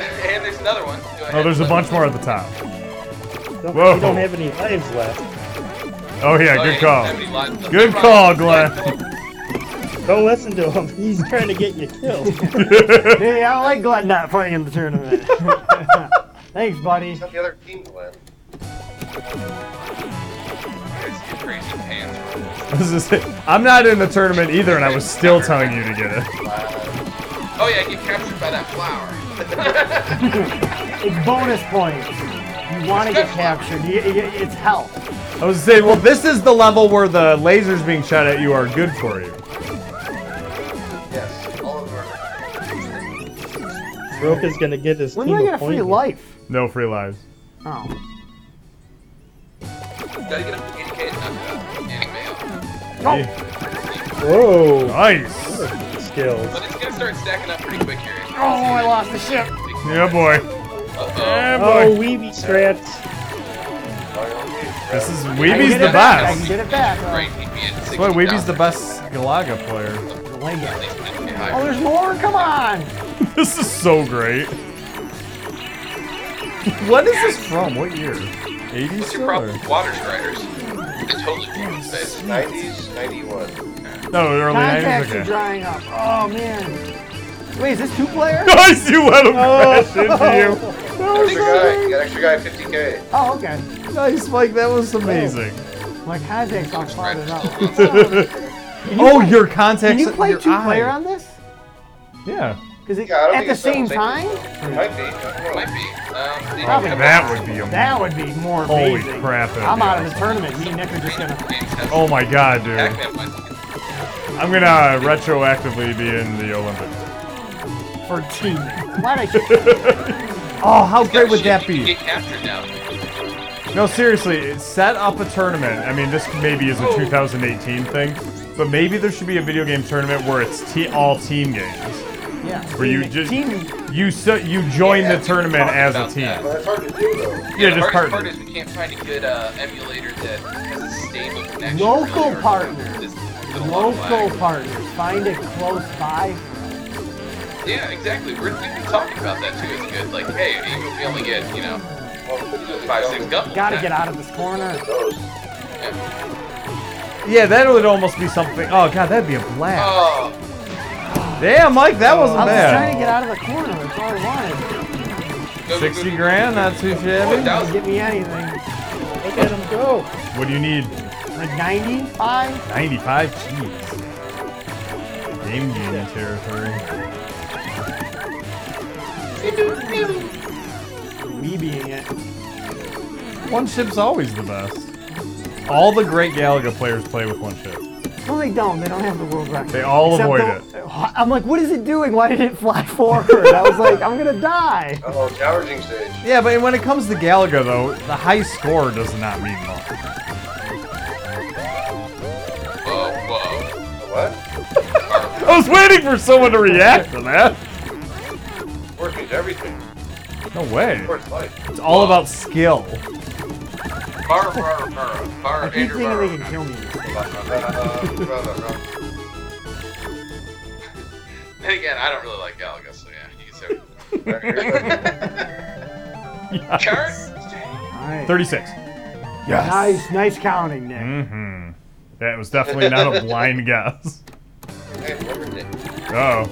Speaker 5: and there's another one. Go ahead.
Speaker 3: Oh, there's a bunch more at the top.
Speaker 4: Don't,
Speaker 3: Whoa.
Speaker 4: We don't have any lives left.
Speaker 3: Oh yeah,
Speaker 5: Oh,
Speaker 3: good
Speaker 5: yeah,
Speaker 3: call.
Speaker 5: you don't have any lines.
Speaker 3: Good
Speaker 5: Right.
Speaker 3: call, Glenn.
Speaker 4: Don't listen to him. He's trying to get you killed.
Speaker 2: Hey, I don't like Glenn not playing in the tournament. Thanks, buddy.
Speaker 6: not the other team win.
Speaker 5: Guys, you crazy pants.
Speaker 3: This is it. I'm not in the tournament either, and I was still telling you to get it.
Speaker 5: Oh yeah, get captured by that flower.
Speaker 2: It's bonus points. You want to get captured. You, you, it's hell.
Speaker 3: I was saying, well, this is the level where the lasers being shot at you are good for you.
Speaker 6: Yes, all of them are.
Speaker 4: Roke is gonna get his
Speaker 2: When do
Speaker 4: team
Speaker 2: I get a free
Speaker 4: appointed.
Speaker 2: life?
Speaker 3: No free lives.
Speaker 2: Oh.
Speaker 5: Gotta get up to 8k and knock it out. Getting mail.
Speaker 3: Yeah.
Speaker 4: Whoa!
Speaker 3: Nice.
Speaker 4: Skills.
Speaker 5: But it's gonna start stacking up pretty quick here.
Speaker 2: Oh, I lost the ship.
Speaker 3: Yeah, boy.
Speaker 5: Uh-oh.
Speaker 3: Yeah,
Speaker 4: Oh,
Speaker 3: boy.
Speaker 4: weeby strats.
Speaker 3: This is
Speaker 2: I can
Speaker 3: Weeby's
Speaker 2: get
Speaker 3: the
Speaker 2: it back. I
Speaker 3: best.
Speaker 2: can get it back.
Speaker 5: Right, he'd be at 60.
Speaker 3: Boy, Weeby's the best Galaga player.
Speaker 2: Oh, leg out. Oh,
Speaker 5: higher.
Speaker 2: there's more? Come on.
Speaker 3: This is so great. What is this from? What year? 80s
Speaker 5: What's your
Speaker 3: still, or-
Speaker 5: problem with water striders? It totally blew his face.
Speaker 6: 90s, 91.
Speaker 3: No, early
Speaker 2: Contacts
Speaker 3: 90s. Oh, Okay.
Speaker 2: are drying up. Oh, man. Wait, is this two player?
Speaker 3: Nice, you let him crash into
Speaker 6: Extra guy, you got extra guy 50k.
Speaker 2: Oh, okay.
Speaker 3: you. Nice, Mike, that was amazing.
Speaker 2: My contacts are clouded up.
Speaker 3: Oh, your contacts.
Speaker 2: Can you play
Speaker 3: your
Speaker 2: two
Speaker 3: eye.
Speaker 2: player on this?
Speaker 3: Yeah.
Speaker 2: Because
Speaker 6: Yeah, I don't
Speaker 2: at
Speaker 6: think
Speaker 2: the
Speaker 6: it's that
Speaker 2: same
Speaker 6: same.
Speaker 2: time,
Speaker 6: Might be. I don't
Speaker 5: Might
Speaker 6: know.
Speaker 5: be. Um, they
Speaker 2: Probably
Speaker 5: have a
Speaker 3: Oh, That would be amazing.
Speaker 2: that would be more
Speaker 3: Holy
Speaker 2: amazing.
Speaker 3: crap, that'd
Speaker 2: I'm
Speaker 3: be
Speaker 2: out of the tournament. Me and Nick are just gonna.
Speaker 5: games that
Speaker 3: Oh my god, dude.
Speaker 5: Pac-Man was-
Speaker 3: I'm gonna uh, retroactively be in the Olympics.
Speaker 2: for team. Why did I?
Speaker 3: Oh, how great would
Speaker 5: Actually,
Speaker 3: that
Speaker 5: you
Speaker 3: be?
Speaker 5: can Get captured now.
Speaker 3: No, seriously, set up a tournament. I mean, this maybe is
Speaker 2: Oh.
Speaker 3: a 2018 thing, but maybe there should be a video game tournament where it's te- all team games,
Speaker 2: Yeah.
Speaker 3: where you
Speaker 2: team-
Speaker 3: just
Speaker 2: team
Speaker 3: you so, you join
Speaker 5: Yeah,
Speaker 3: the tournament
Speaker 5: talk
Speaker 3: as a
Speaker 5: about
Speaker 3: team.
Speaker 5: that.
Speaker 6: But that's hard to do though.
Speaker 3: Yeah,
Speaker 5: the
Speaker 3: just partner.
Speaker 5: hardest part is we can't find a good uh, emulator that has a stable connection.
Speaker 2: Local
Speaker 5: really, or
Speaker 2: partner.
Speaker 5: this- with a lot of
Speaker 2: local
Speaker 5: lag.
Speaker 2: partners. Find it close by.
Speaker 5: Yeah, exactly. We're, we've been talking about that too. It's good. Like, hey, even if we only get you know five, six doubles,
Speaker 2: Gotta
Speaker 5: that-
Speaker 2: get out of this corner.
Speaker 3: Yeah, that would almost be something. Oh god, that'd be a blast.
Speaker 5: Oh,
Speaker 3: Damn, Mike, that wasn't
Speaker 2: I was just trying to
Speaker 3: bad.
Speaker 2: get out of the corner. That's all I wanted.
Speaker 5: go, go, go,
Speaker 3: Sixty
Speaker 5: go.
Speaker 3: grand, not too
Speaker 5: Oh, a
Speaker 3: shabby.
Speaker 2: Didn't
Speaker 5: thousand.
Speaker 2: get me anything. Look at him go.
Speaker 3: What do you need?
Speaker 2: Like 95?
Speaker 3: 95. Jeez. Game genie territory.
Speaker 2: Me being it.
Speaker 3: One ship's always the best. All the great Galaga players play with one ship.
Speaker 2: No, they don't. They don't have the world record.
Speaker 3: They all
Speaker 2: Except
Speaker 3: avoid
Speaker 2: the- I'm like, what is it doing? Why did it fly forward? I was like, I'm gonna die.
Speaker 6: Oh, challenging stage.
Speaker 3: it. Yeah, but when it comes to Galaga, though, the high score does not mean much.
Speaker 5: Whoa, whoa.
Speaker 6: What?
Speaker 3: I was waiting for someone to react to that.
Speaker 6: Work is everything.
Speaker 3: No way.
Speaker 6: Sports life.
Speaker 3: It's all about skill.
Speaker 5: Bar, bar, bar, bar,
Speaker 2: I keep
Speaker 5: Andrew,
Speaker 2: thinking
Speaker 5: bar.
Speaker 2: they can kill me.
Speaker 6: That's
Speaker 5: And again, I don't really like Galaga, so yeah, you can say.
Speaker 3: Yeah.
Speaker 5: Kurt,
Speaker 2: All right.
Speaker 3: 36. Yes.
Speaker 2: Nice, nice counting, Nick.
Speaker 3: Mm-hmm. That was definitely not a blind guess. Oh,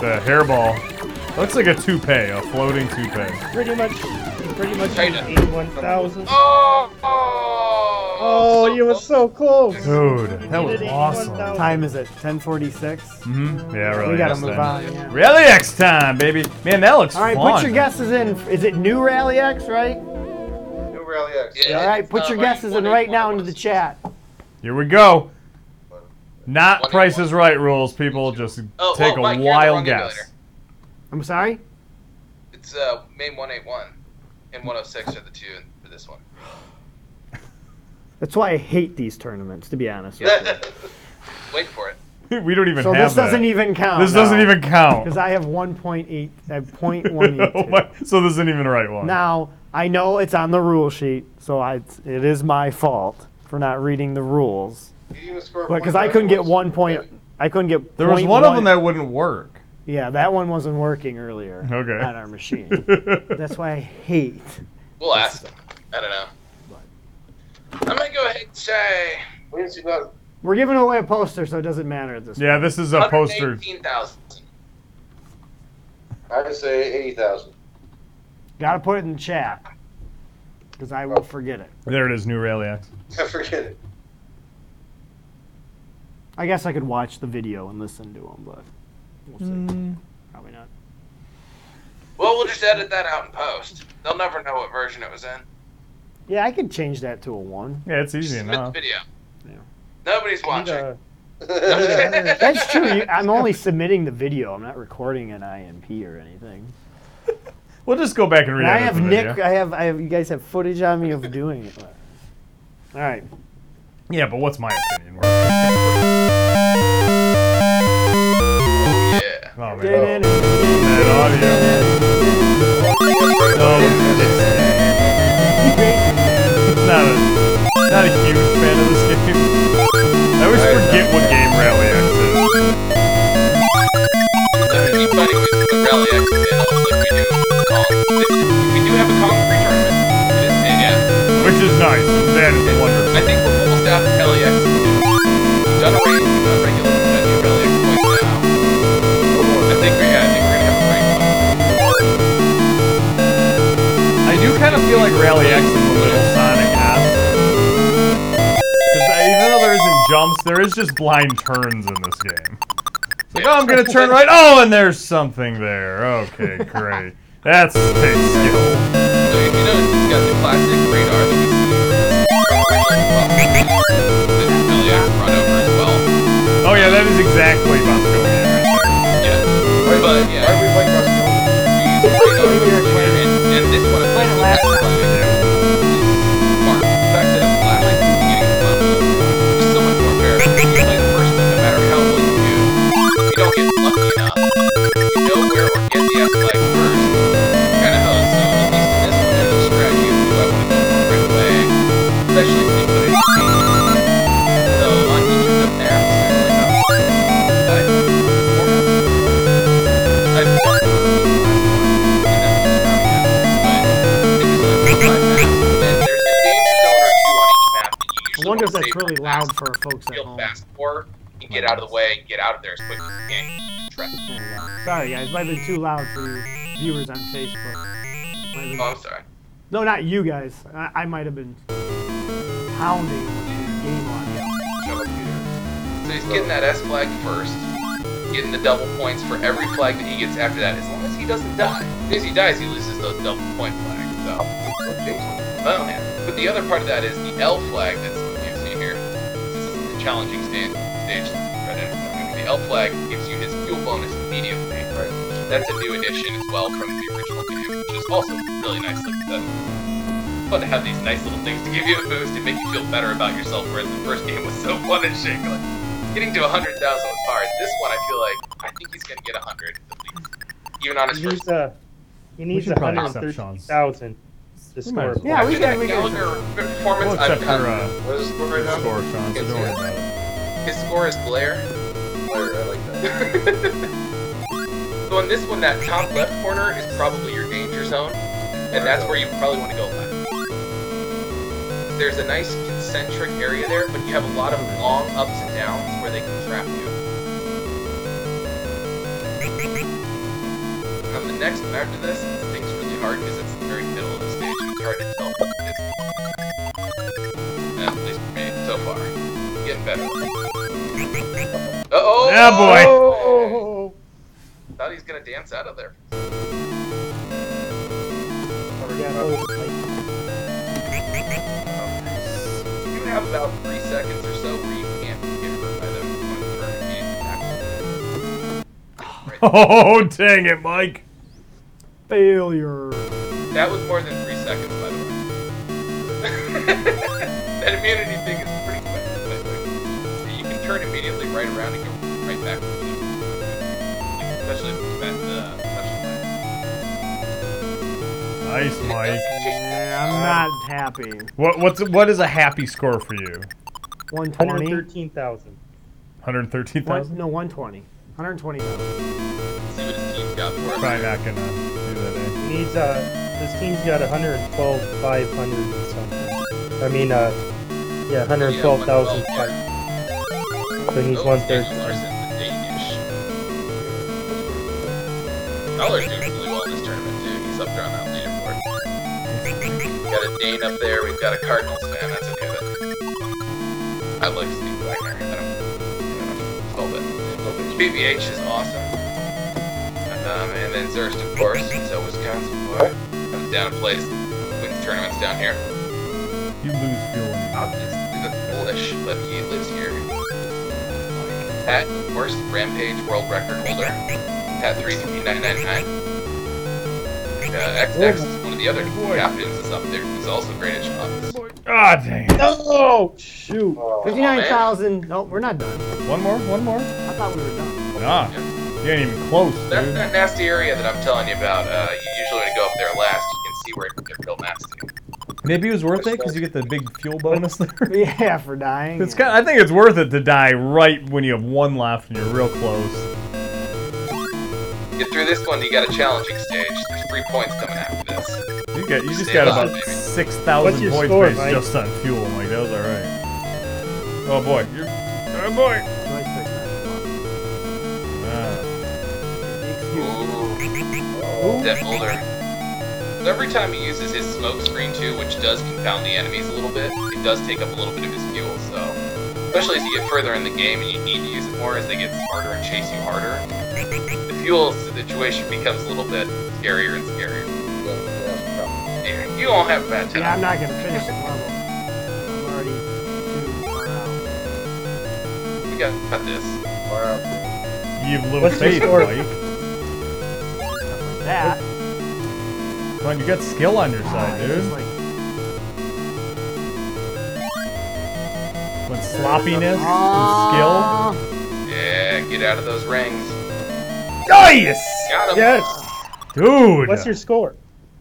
Speaker 3: the hairball. Looks like a toupee, a floating toupee.
Speaker 4: Pretty much, pretty much
Speaker 5: China.
Speaker 4: 81,000.
Speaker 5: oh, oh,
Speaker 4: Oh, you were so close.
Speaker 3: Dude, that was
Speaker 4: Did it
Speaker 3: awesome.
Speaker 4: 81,000.
Speaker 2: Time is it 10:46.
Speaker 3: Mm-hmm. Yeah, really.
Speaker 2: We gotta
Speaker 3: next
Speaker 2: move
Speaker 3: time.
Speaker 2: on. yeah.
Speaker 3: Rally X time, baby. Man, that looks
Speaker 2: All right,
Speaker 3: fun.
Speaker 2: put your guesses in. Is it new Rally X, right?
Speaker 6: New Rally E X.
Speaker 5: Yeah.
Speaker 2: All right, put
Speaker 5: Uh,
Speaker 2: your
Speaker 5: right,
Speaker 2: guesses in
Speaker 5: one
Speaker 2: right
Speaker 5: eight,
Speaker 2: now
Speaker 5: one
Speaker 2: into the
Speaker 5: six.
Speaker 2: chat.
Speaker 3: Here we go.
Speaker 5: One
Speaker 3: Not
Speaker 5: and
Speaker 3: Price
Speaker 5: one.
Speaker 3: is Right rules, people. Just
Speaker 5: Oh,
Speaker 3: take
Speaker 5: well, Mike,
Speaker 3: a
Speaker 5: you're the
Speaker 3: wild
Speaker 5: wrong
Speaker 3: guess.
Speaker 5: emulator.
Speaker 2: I'm sorry.
Speaker 5: It's uh, main 181 and 106 are the two for this one.
Speaker 2: That's why I hate these tournaments, to be honest. With
Speaker 5: Wait for it.
Speaker 3: we don't even
Speaker 2: you. So
Speaker 3: have
Speaker 2: this doesn't
Speaker 3: that.
Speaker 2: even count.
Speaker 3: this doesn't even count.
Speaker 2: because I have 1.8. I have
Speaker 3: Oh
Speaker 2: 0.182.
Speaker 3: my- so this isn't even the right one.
Speaker 2: Now I know it's on the rule sheet, so I, it is my fault for not reading the rules. But because I couldn't get one point, I couldn't get.
Speaker 3: there was
Speaker 2: point
Speaker 3: one of them that wouldn't work.
Speaker 2: Yeah, that one wasn't working earlier.
Speaker 3: Okay.
Speaker 2: On our machine. That's why I hate.
Speaker 5: We'll ask. them. I don't know. I'm gonna go ahead and say
Speaker 6: We didn't see that.
Speaker 2: We're giving away a poster, so it doesn't matter at this.
Speaker 3: yeah, this is a poster.
Speaker 5: 118,000.
Speaker 6: I'd say 80,000.
Speaker 2: point. Gotta put it in the chat, because I will forget it.
Speaker 3: There it is, New Rally X.
Speaker 6: I forget it.
Speaker 2: I guess I could watch the video and listen to them, but we'll see.
Speaker 3: Mm.
Speaker 2: Probably not.
Speaker 5: Well, we'll just edit that out in post. They'll never know what version it was in.
Speaker 2: Yeah, I could change that to a one.
Speaker 3: Yeah, it's
Speaker 5: Just
Speaker 3: easy
Speaker 5: submit the
Speaker 3: enough.
Speaker 5: video.
Speaker 2: Yeah.
Speaker 5: Nobody's
Speaker 4: Need
Speaker 5: watching.
Speaker 4: a-
Speaker 2: That's true. You, I'm only submitting the video. I'm not recording an IMP or anything.
Speaker 3: We'll just go back and
Speaker 2: And
Speaker 3: read
Speaker 2: I
Speaker 3: it
Speaker 2: have
Speaker 3: the
Speaker 2: Nick.
Speaker 3: video.
Speaker 2: I have. I have. You guys have footage on me of doing it. All right.
Speaker 3: Yeah, but what's my opinion? Oh,
Speaker 5: yeah.
Speaker 3: man.
Speaker 2: Did
Speaker 3: Bad audio. No, not a, not a huge fan of this game. I always forget what game Rally X is.
Speaker 5: Doesn't anybody with the Rally X sales like we do Kong. This is, we do have a Kong free tournament. It is big ass.
Speaker 3: Which is nice. That is wonderful.
Speaker 5: I think we're almost out of Rally X. We've done a race, we've done regular, we've done new Rally X points now. I think we yeah, I think we're gonna have a great one.
Speaker 3: I do kind of feel like Rally X is a little Sonic ass. Because uh, even though there isn't jumps, there is just blind turns in this game. It's like, oh, I'm gonna turn right. Oh, and there's something there. Okay, great. That's space skill.
Speaker 5: So if you notice, it's got the classic radar that we see from this. That Rally X brought over as well.
Speaker 3: Oh yeah, that is exactly Bosco.
Speaker 5: Yeah. But yeah,
Speaker 6: Why do we
Speaker 5: we
Speaker 6: like
Speaker 5: use the radar to clear in
Speaker 2: I wonder if
Speaker 5: They
Speaker 2: that's really
Speaker 5: fast-
Speaker 2: loud for folks at
Speaker 5: Real
Speaker 2: home.
Speaker 5: fast forward and get out of the way and get out of there as quick as you can. Trust me.
Speaker 2: There you go. Sorry, guys. Might have been too loud for you viewers on Facebook. Might have been-
Speaker 5: Oh, I'm sorry.
Speaker 2: No, not you guys. I, I might have been pounding the game on.
Speaker 5: So he's getting that S flag first, getting the double points for every flag that he gets after that, as long as he doesn't die. As soon as he dies, he loses those double point flags. So, well, yeah. But the other part of that is the L flag that's gives you here. This is the challenging stage. stage credit. The L flag gives you his fuel bonus immediately. Right? That's a new addition as well from the original game, which is also really nicely done fun to have these nice little things to give you a boost and make you feel better about yourself, whereas the first game was so fun and shaky. Like, getting to 100,000 was hard. This one, I feel like, I think he's going to get 100, at least. Even on his
Speaker 4: He needs
Speaker 5: first...
Speaker 4: a he needs
Speaker 3: should probably accept
Speaker 4: 130,000
Speaker 3: might
Speaker 4: to
Speaker 3: as well.
Speaker 4: score. a
Speaker 2: Yeah, we
Speaker 5: After
Speaker 2: can.
Speaker 5: that
Speaker 2: We can.
Speaker 5: Gallagher performance,
Speaker 3: We'll
Speaker 5: I've
Speaker 3: accept
Speaker 5: done-
Speaker 3: your uh,
Speaker 6: What is the score right now?
Speaker 3: score, Sean. So don't worry about it.
Speaker 5: His score is Blair.
Speaker 6: Player, I like that.
Speaker 5: So in this one, that top left corner is probably your danger zone, and that's where you probably want to go left. There's a nice concentric area there, but you have a lot of long ups and downs where they can trap you. On the next one after this, this thing's really hard because it's the very middle of the stage and it's hard to tell what it is. Yeah, at least for me, so far. Getting better. Uh-oh!
Speaker 3: Yeah, boy.
Speaker 4: Oh,
Speaker 5: Thought he's gonna dance out of there.
Speaker 4: yeah, oh,
Speaker 5: You have about three seconds or so where you can't get hurt by them. You wanna turn and get back.
Speaker 3: Oh, dang it, Mike.
Speaker 2: Failure.
Speaker 5: That was more than three seconds, by the way. that immunity thing is pretty quick. but, like, You can turn immediately right around and go right back. to the- like, Especially if you spend the special
Speaker 3: Nice, Mike.
Speaker 2: Yeah, I'm not happy.
Speaker 3: What what's what is a happy score for you?
Speaker 2: 120.
Speaker 4: 113,000.
Speaker 3: Hundred thirteen
Speaker 2: One,
Speaker 3: thousand.
Speaker 2: no, 120. 120.
Speaker 5: See what his team's got for him.
Speaker 3: Probably not gonna do that. eh?
Speaker 4: He needs uh this team's got 112,500 and something. I mean uh yeah, 112,000. So he needs
Speaker 5: Those
Speaker 4: 113.
Speaker 5: Danes versus the Danish. Dollar's doing really well in this tournament too. He's up there on that leaderboard. We've got a Dane up there. We've got a Cardinals fan. That's okay. That I like Steve Wagner. I don't. I don't know. Love it. BBH is awesome. Um, and then Zurst, of course. So Wisconsin boy comes down and plays. Wins tournaments down here.
Speaker 3: eh? You lose fuel. when you-
Speaker 5: Obviously, that's bullish, but he lives here. Pat, of course, Rampage world record holder. Pat 33999. Uh, XX is one of the other captains is up there. He's also great at shots.
Speaker 3: Ah, dang. it.
Speaker 4: Oh, shoot.
Speaker 6: Oh,
Speaker 2: 59,000. No, we're not done.
Speaker 3: One more, one more.
Speaker 2: I thought we were done.
Speaker 3: Ah, you ain't even close,
Speaker 5: That's
Speaker 3: dude.
Speaker 5: that nasty area that I'm telling you about. Uh, you usually when you go up there last, you can see where it can get real nasty.
Speaker 3: Maybe it was worth it because you get the big fuel bonus there.
Speaker 2: Yeah, for dying.
Speaker 3: It's kind. I think it's worth it to die right when you have one left and you're real close.
Speaker 5: Get through this one, you got a challenging stage. There's three points coming after this.
Speaker 3: You get. You just
Speaker 5: Stay
Speaker 3: got
Speaker 5: alive,
Speaker 3: about
Speaker 5: baby.
Speaker 3: six
Speaker 4: What's
Speaker 3: thousand
Speaker 4: your
Speaker 3: points
Speaker 4: score,
Speaker 3: based
Speaker 4: Mike?
Speaker 3: just on fuel. Like that was all right. Oh boy. You're, oh boy. Ah.
Speaker 5: Ooh.
Speaker 6: oh,
Speaker 5: That boulder. So every time he uses his smoke screen too, which does confound the enemies a little bit, it does take up a little bit of his fuel, so especially as you get further in the game and you need to use it more as they get smarter and chase you harder. The fuel situation becomes a little bit scarier and scarier.
Speaker 6: oh,
Speaker 5: Yeah, You won't have a bad time.
Speaker 2: Yeah, I'm not gonna finish the level. I'm already too far out.
Speaker 5: We got got this.
Speaker 3: You have little
Speaker 4: What's your
Speaker 3: faith,
Speaker 4: score?
Speaker 3: Mike.
Speaker 2: That.
Speaker 3: Come on, you got skill on your
Speaker 2: ah,
Speaker 3: side,
Speaker 2: it's just
Speaker 3: dude.
Speaker 2: like,
Speaker 3: When sloppiness and
Speaker 2: ah.
Speaker 5: Yeah, get out of those rings.
Speaker 3: skill. Nice!
Speaker 5: Got him.
Speaker 4: Yes.
Speaker 3: Dude!
Speaker 4: What's your score?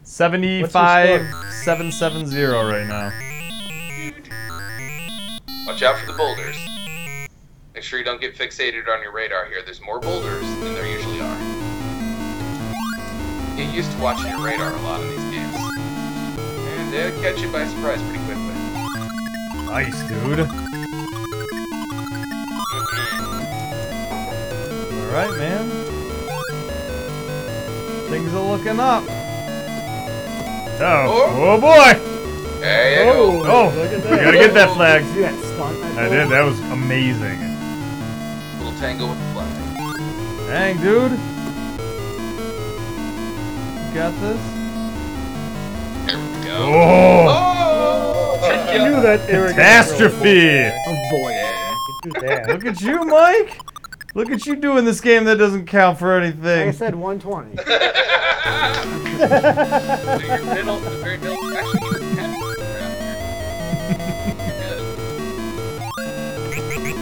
Speaker 3: 75770 right now.
Speaker 5: Watch out for the boulders. Make sure you don't get fixated on your radar here. There's more boulders than there usually are. Get used to watching your radar a lot in these games. And they'll catch you by surprise pretty quickly.
Speaker 3: I Nice, dude. All right, man. Things are looking up. Oh, oh boy!
Speaker 5: There you go.
Speaker 3: Oh,
Speaker 2: look at
Speaker 3: we
Speaker 2: that.
Speaker 3: gotta get that flag.
Speaker 2: See that stunt?
Speaker 3: I did. That was amazing.
Speaker 5: Little tango with the flag.
Speaker 3: Dang, dude. Got this.
Speaker 5: There we go.
Speaker 3: Oh,
Speaker 5: Oh!
Speaker 4: I knew that they were gonna
Speaker 3: catastrophe!
Speaker 4: do that.
Speaker 3: Look at you, Mike. Look at you doing this game that doesn't count for
Speaker 2: Like I
Speaker 3: anything.
Speaker 2: said, 120.
Speaker 5: The very middle, the very middle. Actually, you can have it around here. Good.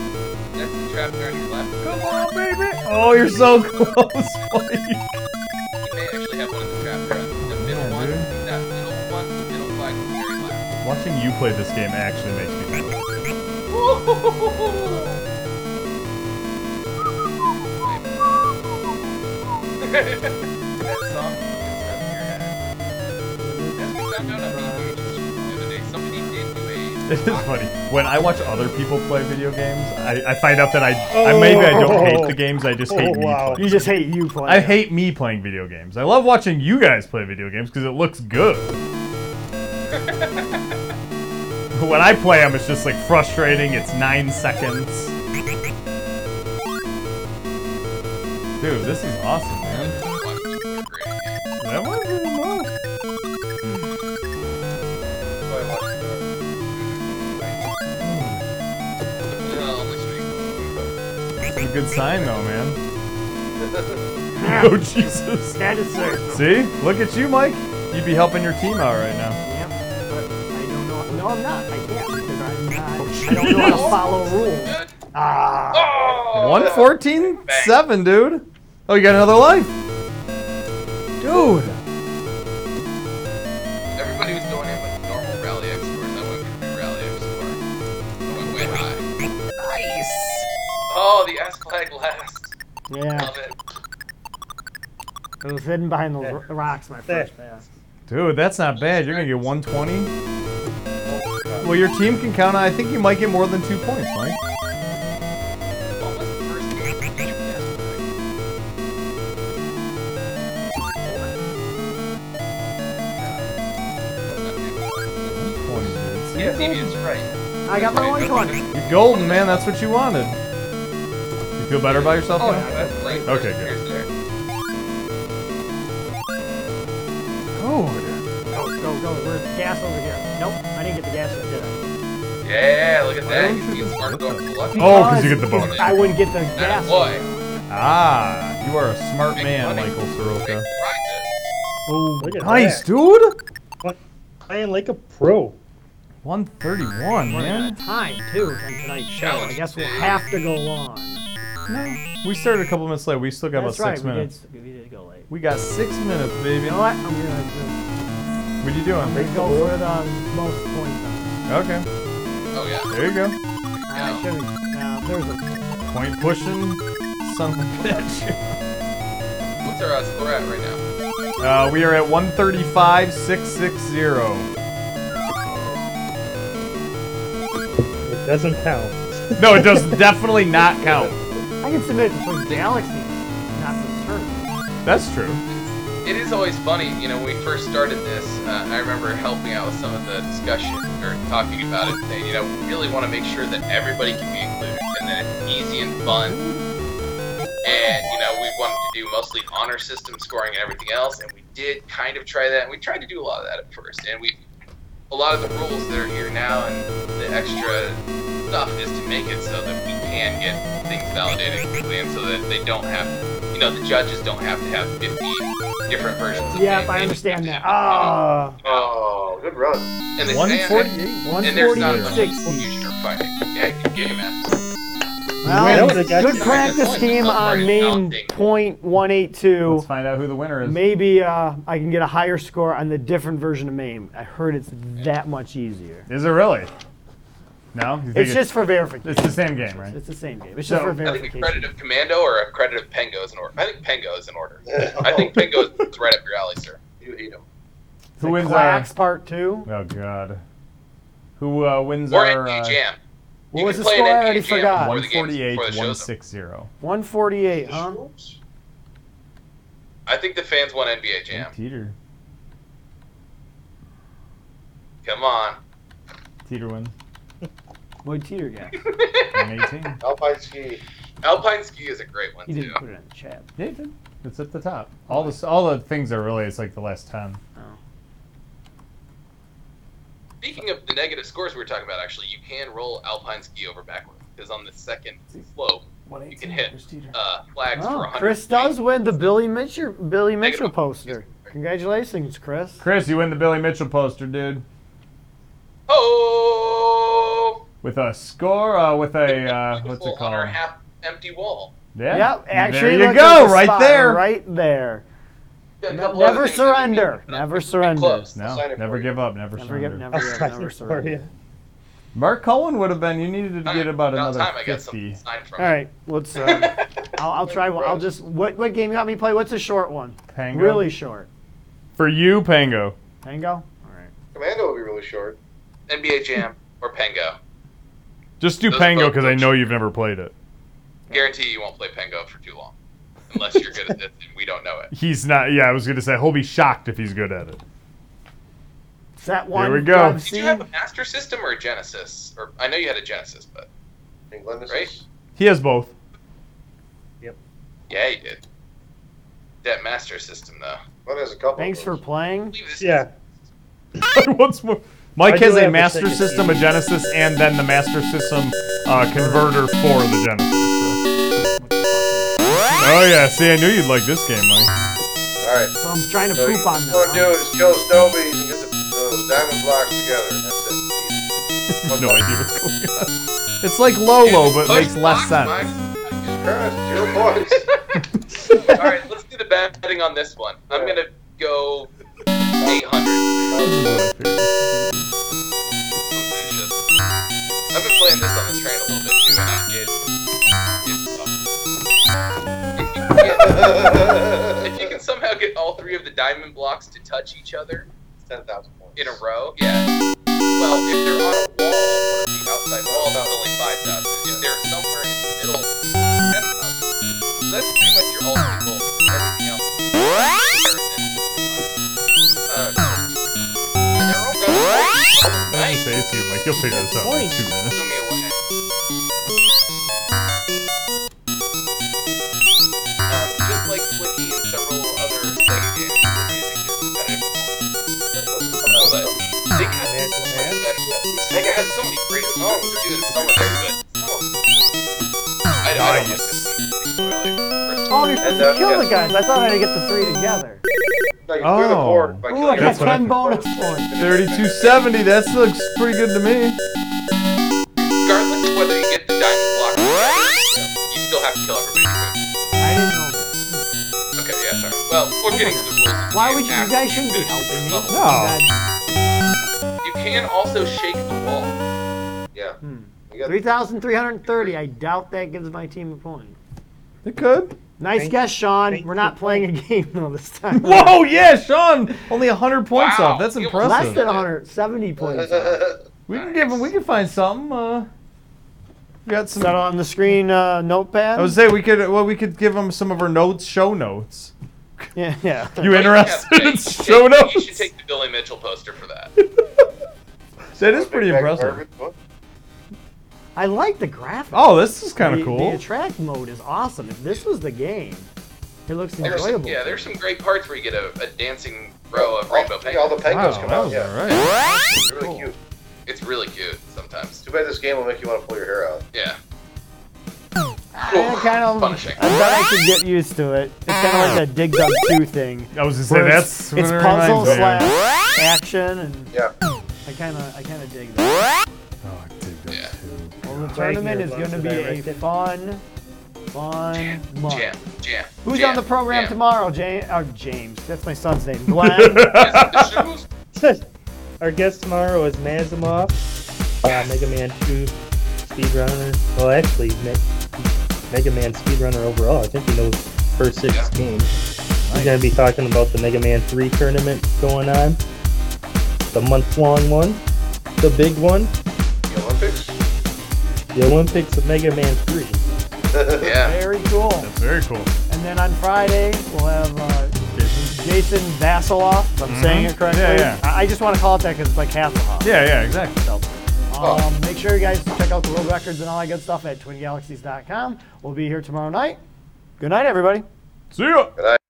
Speaker 5: That's the trap there on your left.
Speaker 3: Come on, baby. Oh, you're so close, Mike.
Speaker 5: You may actually have one of the trap there. The middle
Speaker 3: Yeah,
Speaker 5: one,
Speaker 3: dude.
Speaker 5: that middle one, the middle flag, the very left.
Speaker 3: Watching you play this game actually makes me feel.
Speaker 5: That song gets stuck in your head. As we found out on Rocket League the other day, somebody did do
Speaker 3: It
Speaker 5: a
Speaker 3: is funny when I watch other people play video games. I, I find out that I, I maybe I don't hate the games. I just hate
Speaker 4: Oh, wow.
Speaker 3: me. Playing.
Speaker 2: You just hate you playing.
Speaker 3: I hate me playing video games. I love watching you guys play video games because it looks good. But when I play them, it's just like frustrating. It's nine seconds. Dude, this is awesome, man. That was really nice. It's a good sign, though, man. oh, Jesus.
Speaker 2: That is sir.
Speaker 3: See? Look at you, Mike. You'd be helping your team out right now.
Speaker 2: Yep. But I don't know. No, I'm not. I can't because I'm not. I
Speaker 3: Oh,
Speaker 2: don't know how to follow rules. Ah.
Speaker 5: Oh!
Speaker 3: 114 7, dude. Oh, you got another life. Dude.
Speaker 5: Everybody was going in with normal rally X scores. I went for new rally X score. I went way high. Nice. Oh, the S flag last.
Speaker 2: Yeah.
Speaker 5: Love it.
Speaker 2: It was hidden behind those ro- rocks, my first
Speaker 4: There.
Speaker 2: pass.
Speaker 3: Dude, that's not bad. You're going to get 120. Well, your team can count. on- I think you might get more than two points, Mike.
Speaker 5: What was the first game? that you guessed? Yeah, Stevie is right.
Speaker 2: I got my 120.
Speaker 3: You're golden, man. That's what you wanted. You feel better about yourself
Speaker 5: Oh,
Speaker 3: now?
Speaker 5: yeah, that's late.
Speaker 3: Okay, good.
Speaker 5: Here's there.
Speaker 3: Dude.
Speaker 2: Go, go, go. Where's the gas over here? Nope. I didn't get the gas over here.
Speaker 5: Yeah, look at that.
Speaker 3: don't
Speaker 5: You
Speaker 3: you
Speaker 5: can
Speaker 3: just
Speaker 5: smart
Speaker 3: look
Speaker 5: going
Speaker 3: at
Speaker 5: for luck.
Speaker 3: Oh, 'cause you get the
Speaker 2: Because
Speaker 3: bonus.
Speaker 2: I wouldn't get the
Speaker 5: That
Speaker 2: gas.
Speaker 5: boy.
Speaker 3: Ah, you are a smart
Speaker 5: Big
Speaker 3: man,
Speaker 5: money.
Speaker 3: Michael Soroka.
Speaker 2: Oh,
Speaker 4: Look at
Speaker 3: Nice,
Speaker 4: that.
Speaker 3: dude.
Speaker 4: Playing like a pro.
Speaker 3: 131,
Speaker 2: We're out
Speaker 3: man.
Speaker 2: of time too on tonight's show. I
Speaker 5: Challenge
Speaker 2: guess we'll
Speaker 5: day.
Speaker 2: have to go long.
Speaker 3: We started a couple minutes late. We still got
Speaker 2: That's
Speaker 3: about
Speaker 2: right.
Speaker 3: six
Speaker 2: we
Speaker 3: minutes.
Speaker 2: did. We did go late.
Speaker 3: We got six minutes, baby.
Speaker 2: You know what? I'm gonna,
Speaker 3: What are you doing?
Speaker 2: just go for the most points.
Speaker 3: Okay,
Speaker 5: Oh, yeah.
Speaker 3: there you go.
Speaker 2: I should. Uh, there's a.
Speaker 3: Point pushing, son of a bitch.
Speaker 5: What's our uh, score at right now?
Speaker 3: Uh, we are at 135, 660.
Speaker 4: It doesn't count.
Speaker 3: No, it does definitely not count.
Speaker 2: I can submit it for Galaxy, not for the tournament.
Speaker 3: That's true.
Speaker 5: It is always funny, you know, when we first started this, uh, I remember helping out with some of the discussion or talking about it, saying, you know, we really want to make sure that everybody can be included and that it's easy and fun. And, you know, we wanted to do mostly honor system scoring and everything else, and we did kind of try that. And we tried to do a lot of that at first, and we, a lot of the rules that are here now and the extra stuff is to make it so that we can get things validated quickly and so that they don't have, you know, the judges don't have to have 50 different versions of
Speaker 2: Yep,
Speaker 5: the
Speaker 2: I
Speaker 5: image.
Speaker 2: understand that. Ah,
Speaker 6: Oh, good run.
Speaker 5: And they say, and,
Speaker 3: 148.
Speaker 5: and there's not enough
Speaker 2: 148.60.
Speaker 5: confusion or fighting. Yeah, good game, man.
Speaker 2: well,
Speaker 4: That was a guy-
Speaker 2: good practice team on main point one eight two.
Speaker 3: Let's find out who the winner is.
Speaker 2: Maybe uh, I can get a higher score on the different version of MAME. I heard it's that much easier.
Speaker 3: Is it really? No? You think
Speaker 2: It's just for verification.
Speaker 3: It's the same game, right?
Speaker 2: It's the same game. It's just for
Speaker 3: So-
Speaker 5: I think a
Speaker 2: verification.
Speaker 5: credit of Commando or a credit of Pengo is in order. I think Pengo is in order. I think Pengo is right up your alley, sir.
Speaker 6: You ate him.
Speaker 3: Who uh, wins?
Speaker 2: Clax
Speaker 3: Uh,
Speaker 2: part two.
Speaker 3: oh, God. who uh, wins
Speaker 5: Or
Speaker 3: our.
Speaker 5: NBA
Speaker 3: uh,
Speaker 5: Jam.
Speaker 2: What
Speaker 5: You
Speaker 2: was
Speaker 5: can
Speaker 2: the
Speaker 5: play
Speaker 2: score?
Speaker 5: an
Speaker 2: I
Speaker 5: NBA
Speaker 2: already
Speaker 5: jam
Speaker 2: forgot.
Speaker 5: before the game, before
Speaker 3: 148,
Speaker 5: the show's up.
Speaker 3: 160.
Speaker 2: 148, huh?
Speaker 5: I think the fans want NBA Jam.
Speaker 3: Teeter.
Speaker 5: Come on.
Speaker 3: Teeter wins.
Speaker 2: Lloyd Teeter got.
Speaker 3: 118.
Speaker 6: Alpine ski.
Speaker 5: Alpine ski is a great one
Speaker 2: He
Speaker 5: too.
Speaker 2: didn't put it in the chat.
Speaker 3: Yeah, it did. It's at the top. All the all the things are really. It's like the last ten.
Speaker 5: Speaking of the negative scores we were talking about, actually, you can roll alpine ski over backwards because on the second slope, you can hit uh, flags for
Speaker 2: Oh,
Speaker 5: 100.
Speaker 2: Chris does
Speaker 5: feet.
Speaker 2: win the Billy Mitchell Billy Mitchell
Speaker 5: Negative.
Speaker 2: poster. Congratulations, Chris.
Speaker 3: Chris, you win the Billy Mitchell poster, dude,
Speaker 5: Oh,
Speaker 3: with a score. Uh, with a uh, what's
Speaker 5: Beautiful
Speaker 3: it
Speaker 5: On our
Speaker 3: called?
Speaker 5: half empty wall.
Speaker 3: Yeah.
Speaker 2: Yep, actually,
Speaker 3: there you
Speaker 2: look, there's
Speaker 3: go,
Speaker 2: a
Speaker 3: right
Speaker 2: spot
Speaker 3: there.
Speaker 2: right there.
Speaker 5: Yeah, a couple other
Speaker 2: Never
Speaker 5: things that we
Speaker 2: surrender.
Speaker 5: need.
Speaker 2: Never surrender.
Speaker 5: Close.
Speaker 3: No,
Speaker 6: I'll sign it
Speaker 3: never
Speaker 6: for you.
Speaker 3: give up, never,
Speaker 2: Never
Speaker 3: surrender.
Speaker 2: give, never give, never surrender.
Speaker 3: Mark Cohen would have been. You needed to get about
Speaker 5: About
Speaker 3: another
Speaker 5: time I got something
Speaker 3: fifty.
Speaker 5: to sign from.
Speaker 2: All right, let's. Uh, I'll, I'll try. one- I'll just. What what game you got me play? What's a short one?
Speaker 3: Pango.
Speaker 2: Really short.
Speaker 3: For you, Pango.
Speaker 2: Tango. All right.
Speaker 6: Commando would be really short.
Speaker 5: NBA Jam or Pengo.
Speaker 3: Just do
Speaker 5: Those
Speaker 3: Pango
Speaker 5: both
Speaker 3: because I
Speaker 5: look-
Speaker 3: know you've never played it.
Speaker 5: Guarantee you won't play Pengo for too long, unless you're good at this and we don't know it.
Speaker 3: He's not. Yeah, I was gonna say he'll be shocked if he's good at it.
Speaker 2: Set one.
Speaker 3: we go.
Speaker 2: I've
Speaker 3: Did
Speaker 5: Did you
Speaker 2: seen-
Speaker 5: have a Master System or a Genesis? Or I know you had a Genesis, but
Speaker 6: England is
Speaker 5: Right.
Speaker 3: He has both.
Speaker 5: yeah, you did. That Master System though.
Speaker 6: Glenn has a couple.
Speaker 2: Thanks
Speaker 6: of
Speaker 2: for
Speaker 6: those.
Speaker 5: I
Speaker 2: playing.
Speaker 5: believe this
Speaker 4: Yeah.
Speaker 3: Once more.
Speaker 4: I
Speaker 3: Mike
Speaker 4: do
Speaker 3: has
Speaker 4: have
Speaker 3: a
Speaker 4: a
Speaker 3: Master
Speaker 4: second.
Speaker 3: System, a Genesis, and then the Master System uh, converter for the Genesis. so. Oh yeah, see, I knew you'd like this game, Mike.
Speaker 6: All right.
Speaker 5: Oh,
Speaker 2: So I'm trying to
Speaker 6: So
Speaker 2: poop
Speaker 6: you-
Speaker 2: on
Speaker 6: What you
Speaker 2: them.
Speaker 6: do is kill snowbees and get the, those diamond blocks together. and That's it.
Speaker 3: No idea what's going on. It's like Lolo, but makes less sense.
Speaker 6: Current, two points.
Speaker 5: All right, let's do the betting on this one. I'm gonna go 800. I've been playing this on the train a little bit too, and I get it's tough. if you can somehow get all three of the diamond blocks to touch each other
Speaker 6: Ten thousand points.
Speaker 5: in a row, yeah. Well, if they're on a wall, one of the outside walls is only five thousand. If they're somewhere in the middle, ten thousand. That's pretty much your ultimate goal. Everything else. is comparison. Uh, they're all going
Speaker 3: I
Speaker 5: nice.
Speaker 3: say it to you, Mike. You'll figure this out in two minutes.
Speaker 5: Give me a one. Um, just like Flicky and several other Sega games, the music is competitive. But Sega has, Sega has so many great songs, too, and some of their good songs. I, I don't like this.
Speaker 2: Oh, you're supposed to
Speaker 6: That's-
Speaker 2: kill the guys.
Speaker 6: that's-
Speaker 2: I thought I had to get the three together.
Speaker 6: No, you threw the
Speaker 3: Oh.
Speaker 6: board by
Speaker 2: Ooh, I
Speaker 6: killing
Speaker 2: got
Speaker 3: That's
Speaker 6: it.
Speaker 3: what I-
Speaker 2: ten bonus points.
Speaker 3: 3270. That looks pretty good to me.
Speaker 5: Regardless of whether you get the diamond block or not, you still have to kill everybody.
Speaker 2: I didn't know that.
Speaker 5: Okay, yeah, sorry. Well, we're getting to the rules. of the
Speaker 2: Why
Speaker 5: game
Speaker 2: would you, you
Speaker 5: after
Speaker 2: guys
Speaker 5: we
Speaker 2: shouldn't be
Speaker 5: finish
Speaker 2: helping
Speaker 5: this
Speaker 2: me?
Speaker 5: level.
Speaker 3: No.
Speaker 5: You can also shake the wall.
Speaker 6: Yeah.
Speaker 2: Hmm.
Speaker 6: You got-
Speaker 2: Three thousand three hundred thirty. I doubt that gives my team a point.
Speaker 3: It could.
Speaker 2: Nice
Speaker 4: Thank-
Speaker 2: guess, Sean.
Speaker 4: thank
Speaker 2: We're
Speaker 4: you.
Speaker 2: not playing a game though this time.
Speaker 3: Whoa, yeah, Sean. Only 100 points
Speaker 5: Wow.
Speaker 3: off. That's
Speaker 5: You-
Speaker 3: impressive.
Speaker 2: Less than 170 points.
Speaker 3: We can give him. We can find something. Uh, we got some.
Speaker 2: Set on the screen uh, notepad.
Speaker 3: I would say we could. Well, we could give him some of our notes, show notes.
Speaker 2: yeah, yeah.
Speaker 3: You interested in
Speaker 5: You should
Speaker 3: show
Speaker 5: take- You should
Speaker 3: notes?
Speaker 5: take the Billy Mitchell poster for that.
Speaker 3: That is pretty
Speaker 6: Big bag of
Speaker 3: impressive.
Speaker 6: bourbon. What?
Speaker 2: I like the graphic.
Speaker 3: Oh, this is kind
Speaker 2: The-
Speaker 3: of
Speaker 2: The
Speaker 3: cool.
Speaker 2: attract mode is awesome. If this was the game, it looks
Speaker 5: There's
Speaker 2: enjoyable.
Speaker 5: some, yeah, there's some great parts where you get a, a dancing row of rainbow
Speaker 6: Oh, yeah, all the
Speaker 5: penguins.
Speaker 6: penguins
Speaker 3: Wow,
Speaker 6: come
Speaker 3: that
Speaker 6: out.
Speaker 3: was
Speaker 6: Yeah.
Speaker 3: all right.
Speaker 6: It's Really cute.
Speaker 5: It's really cute sometimes.
Speaker 6: Too bad this game will make you want to pull your hair out.
Speaker 5: Yeah.
Speaker 2: I kind of.
Speaker 5: Punishing.
Speaker 2: I bet I could get used to it. It's kind of like that Dig Dug 2 thing.
Speaker 3: I was gonna say
Speaker 2: where
Speaker 3: that's.
Speaker 2: it's, it's
Speaker 3: what it
Speaker 2: puzzle
Speaker 3: reminds me of.
Speaker 2: slash action, and
Speaker 6: Yeah.
Speaker 2: I kind of I kind of dig that.
Speaker 3: Oh, I dig that
Speaker 5: Yeah.
Speaker 3: too.
Speaker 2: Well, the tournament
Speaker 4: here,
Speaker 2: is going to
Speaker 4: Bugs,
Speaker 2: be
Speaker 4: and I
Speaker 2: a
Speaker 4: wrecked it.
Speaker 2: fun, fun month.
Speaker 5: Jam, jam.
Speaker 2: Who's
Speaker 5: jam,
Speaker 2: on the program
Speaker 5: jam.
Speaker 2: tomorrow, James? Oh, James. That's my son's name. Glenn.
Speaker 5: Yes, the shoes.
Speaker 4: Our guest tomorrow is Mazimov, uh, Mega Man 2 speedrunner. Well, actually, Me- Mega Man speedrunner overall. I think he knows first six
Speaker 5: Yeah.
Speaker 4: games. He's going to be talking about the Mega Man 3 tournament going on, the month long one. the big one,
Speaker 6: The Olympics?
Speaker 4: the Olympics of Mega Man 3.
Speaker 5: Yeah.
Speaker 2: Very cool.
Speaker 3: That's very cool.
Speaker 2: And then on Friday, we'll have uh,
Speaker 3: Jason. Mm-hmm.
Speaker 2: Jason Vasiloff, if I'm saying it correctly.
Speaker 3: Yeah, yeah.
Speaker 2: I, I just want to call it that because it's like half off.
Speaker 3: Yeah, yeah, exactly.
Speaker 2: So, um, make sure you guys check out the world records and all that good stuff at twingalaxies.com. We'll be here tomorrow night. Good night, everybody.
Speaker 3: See ya.
Speaker 6: Good night.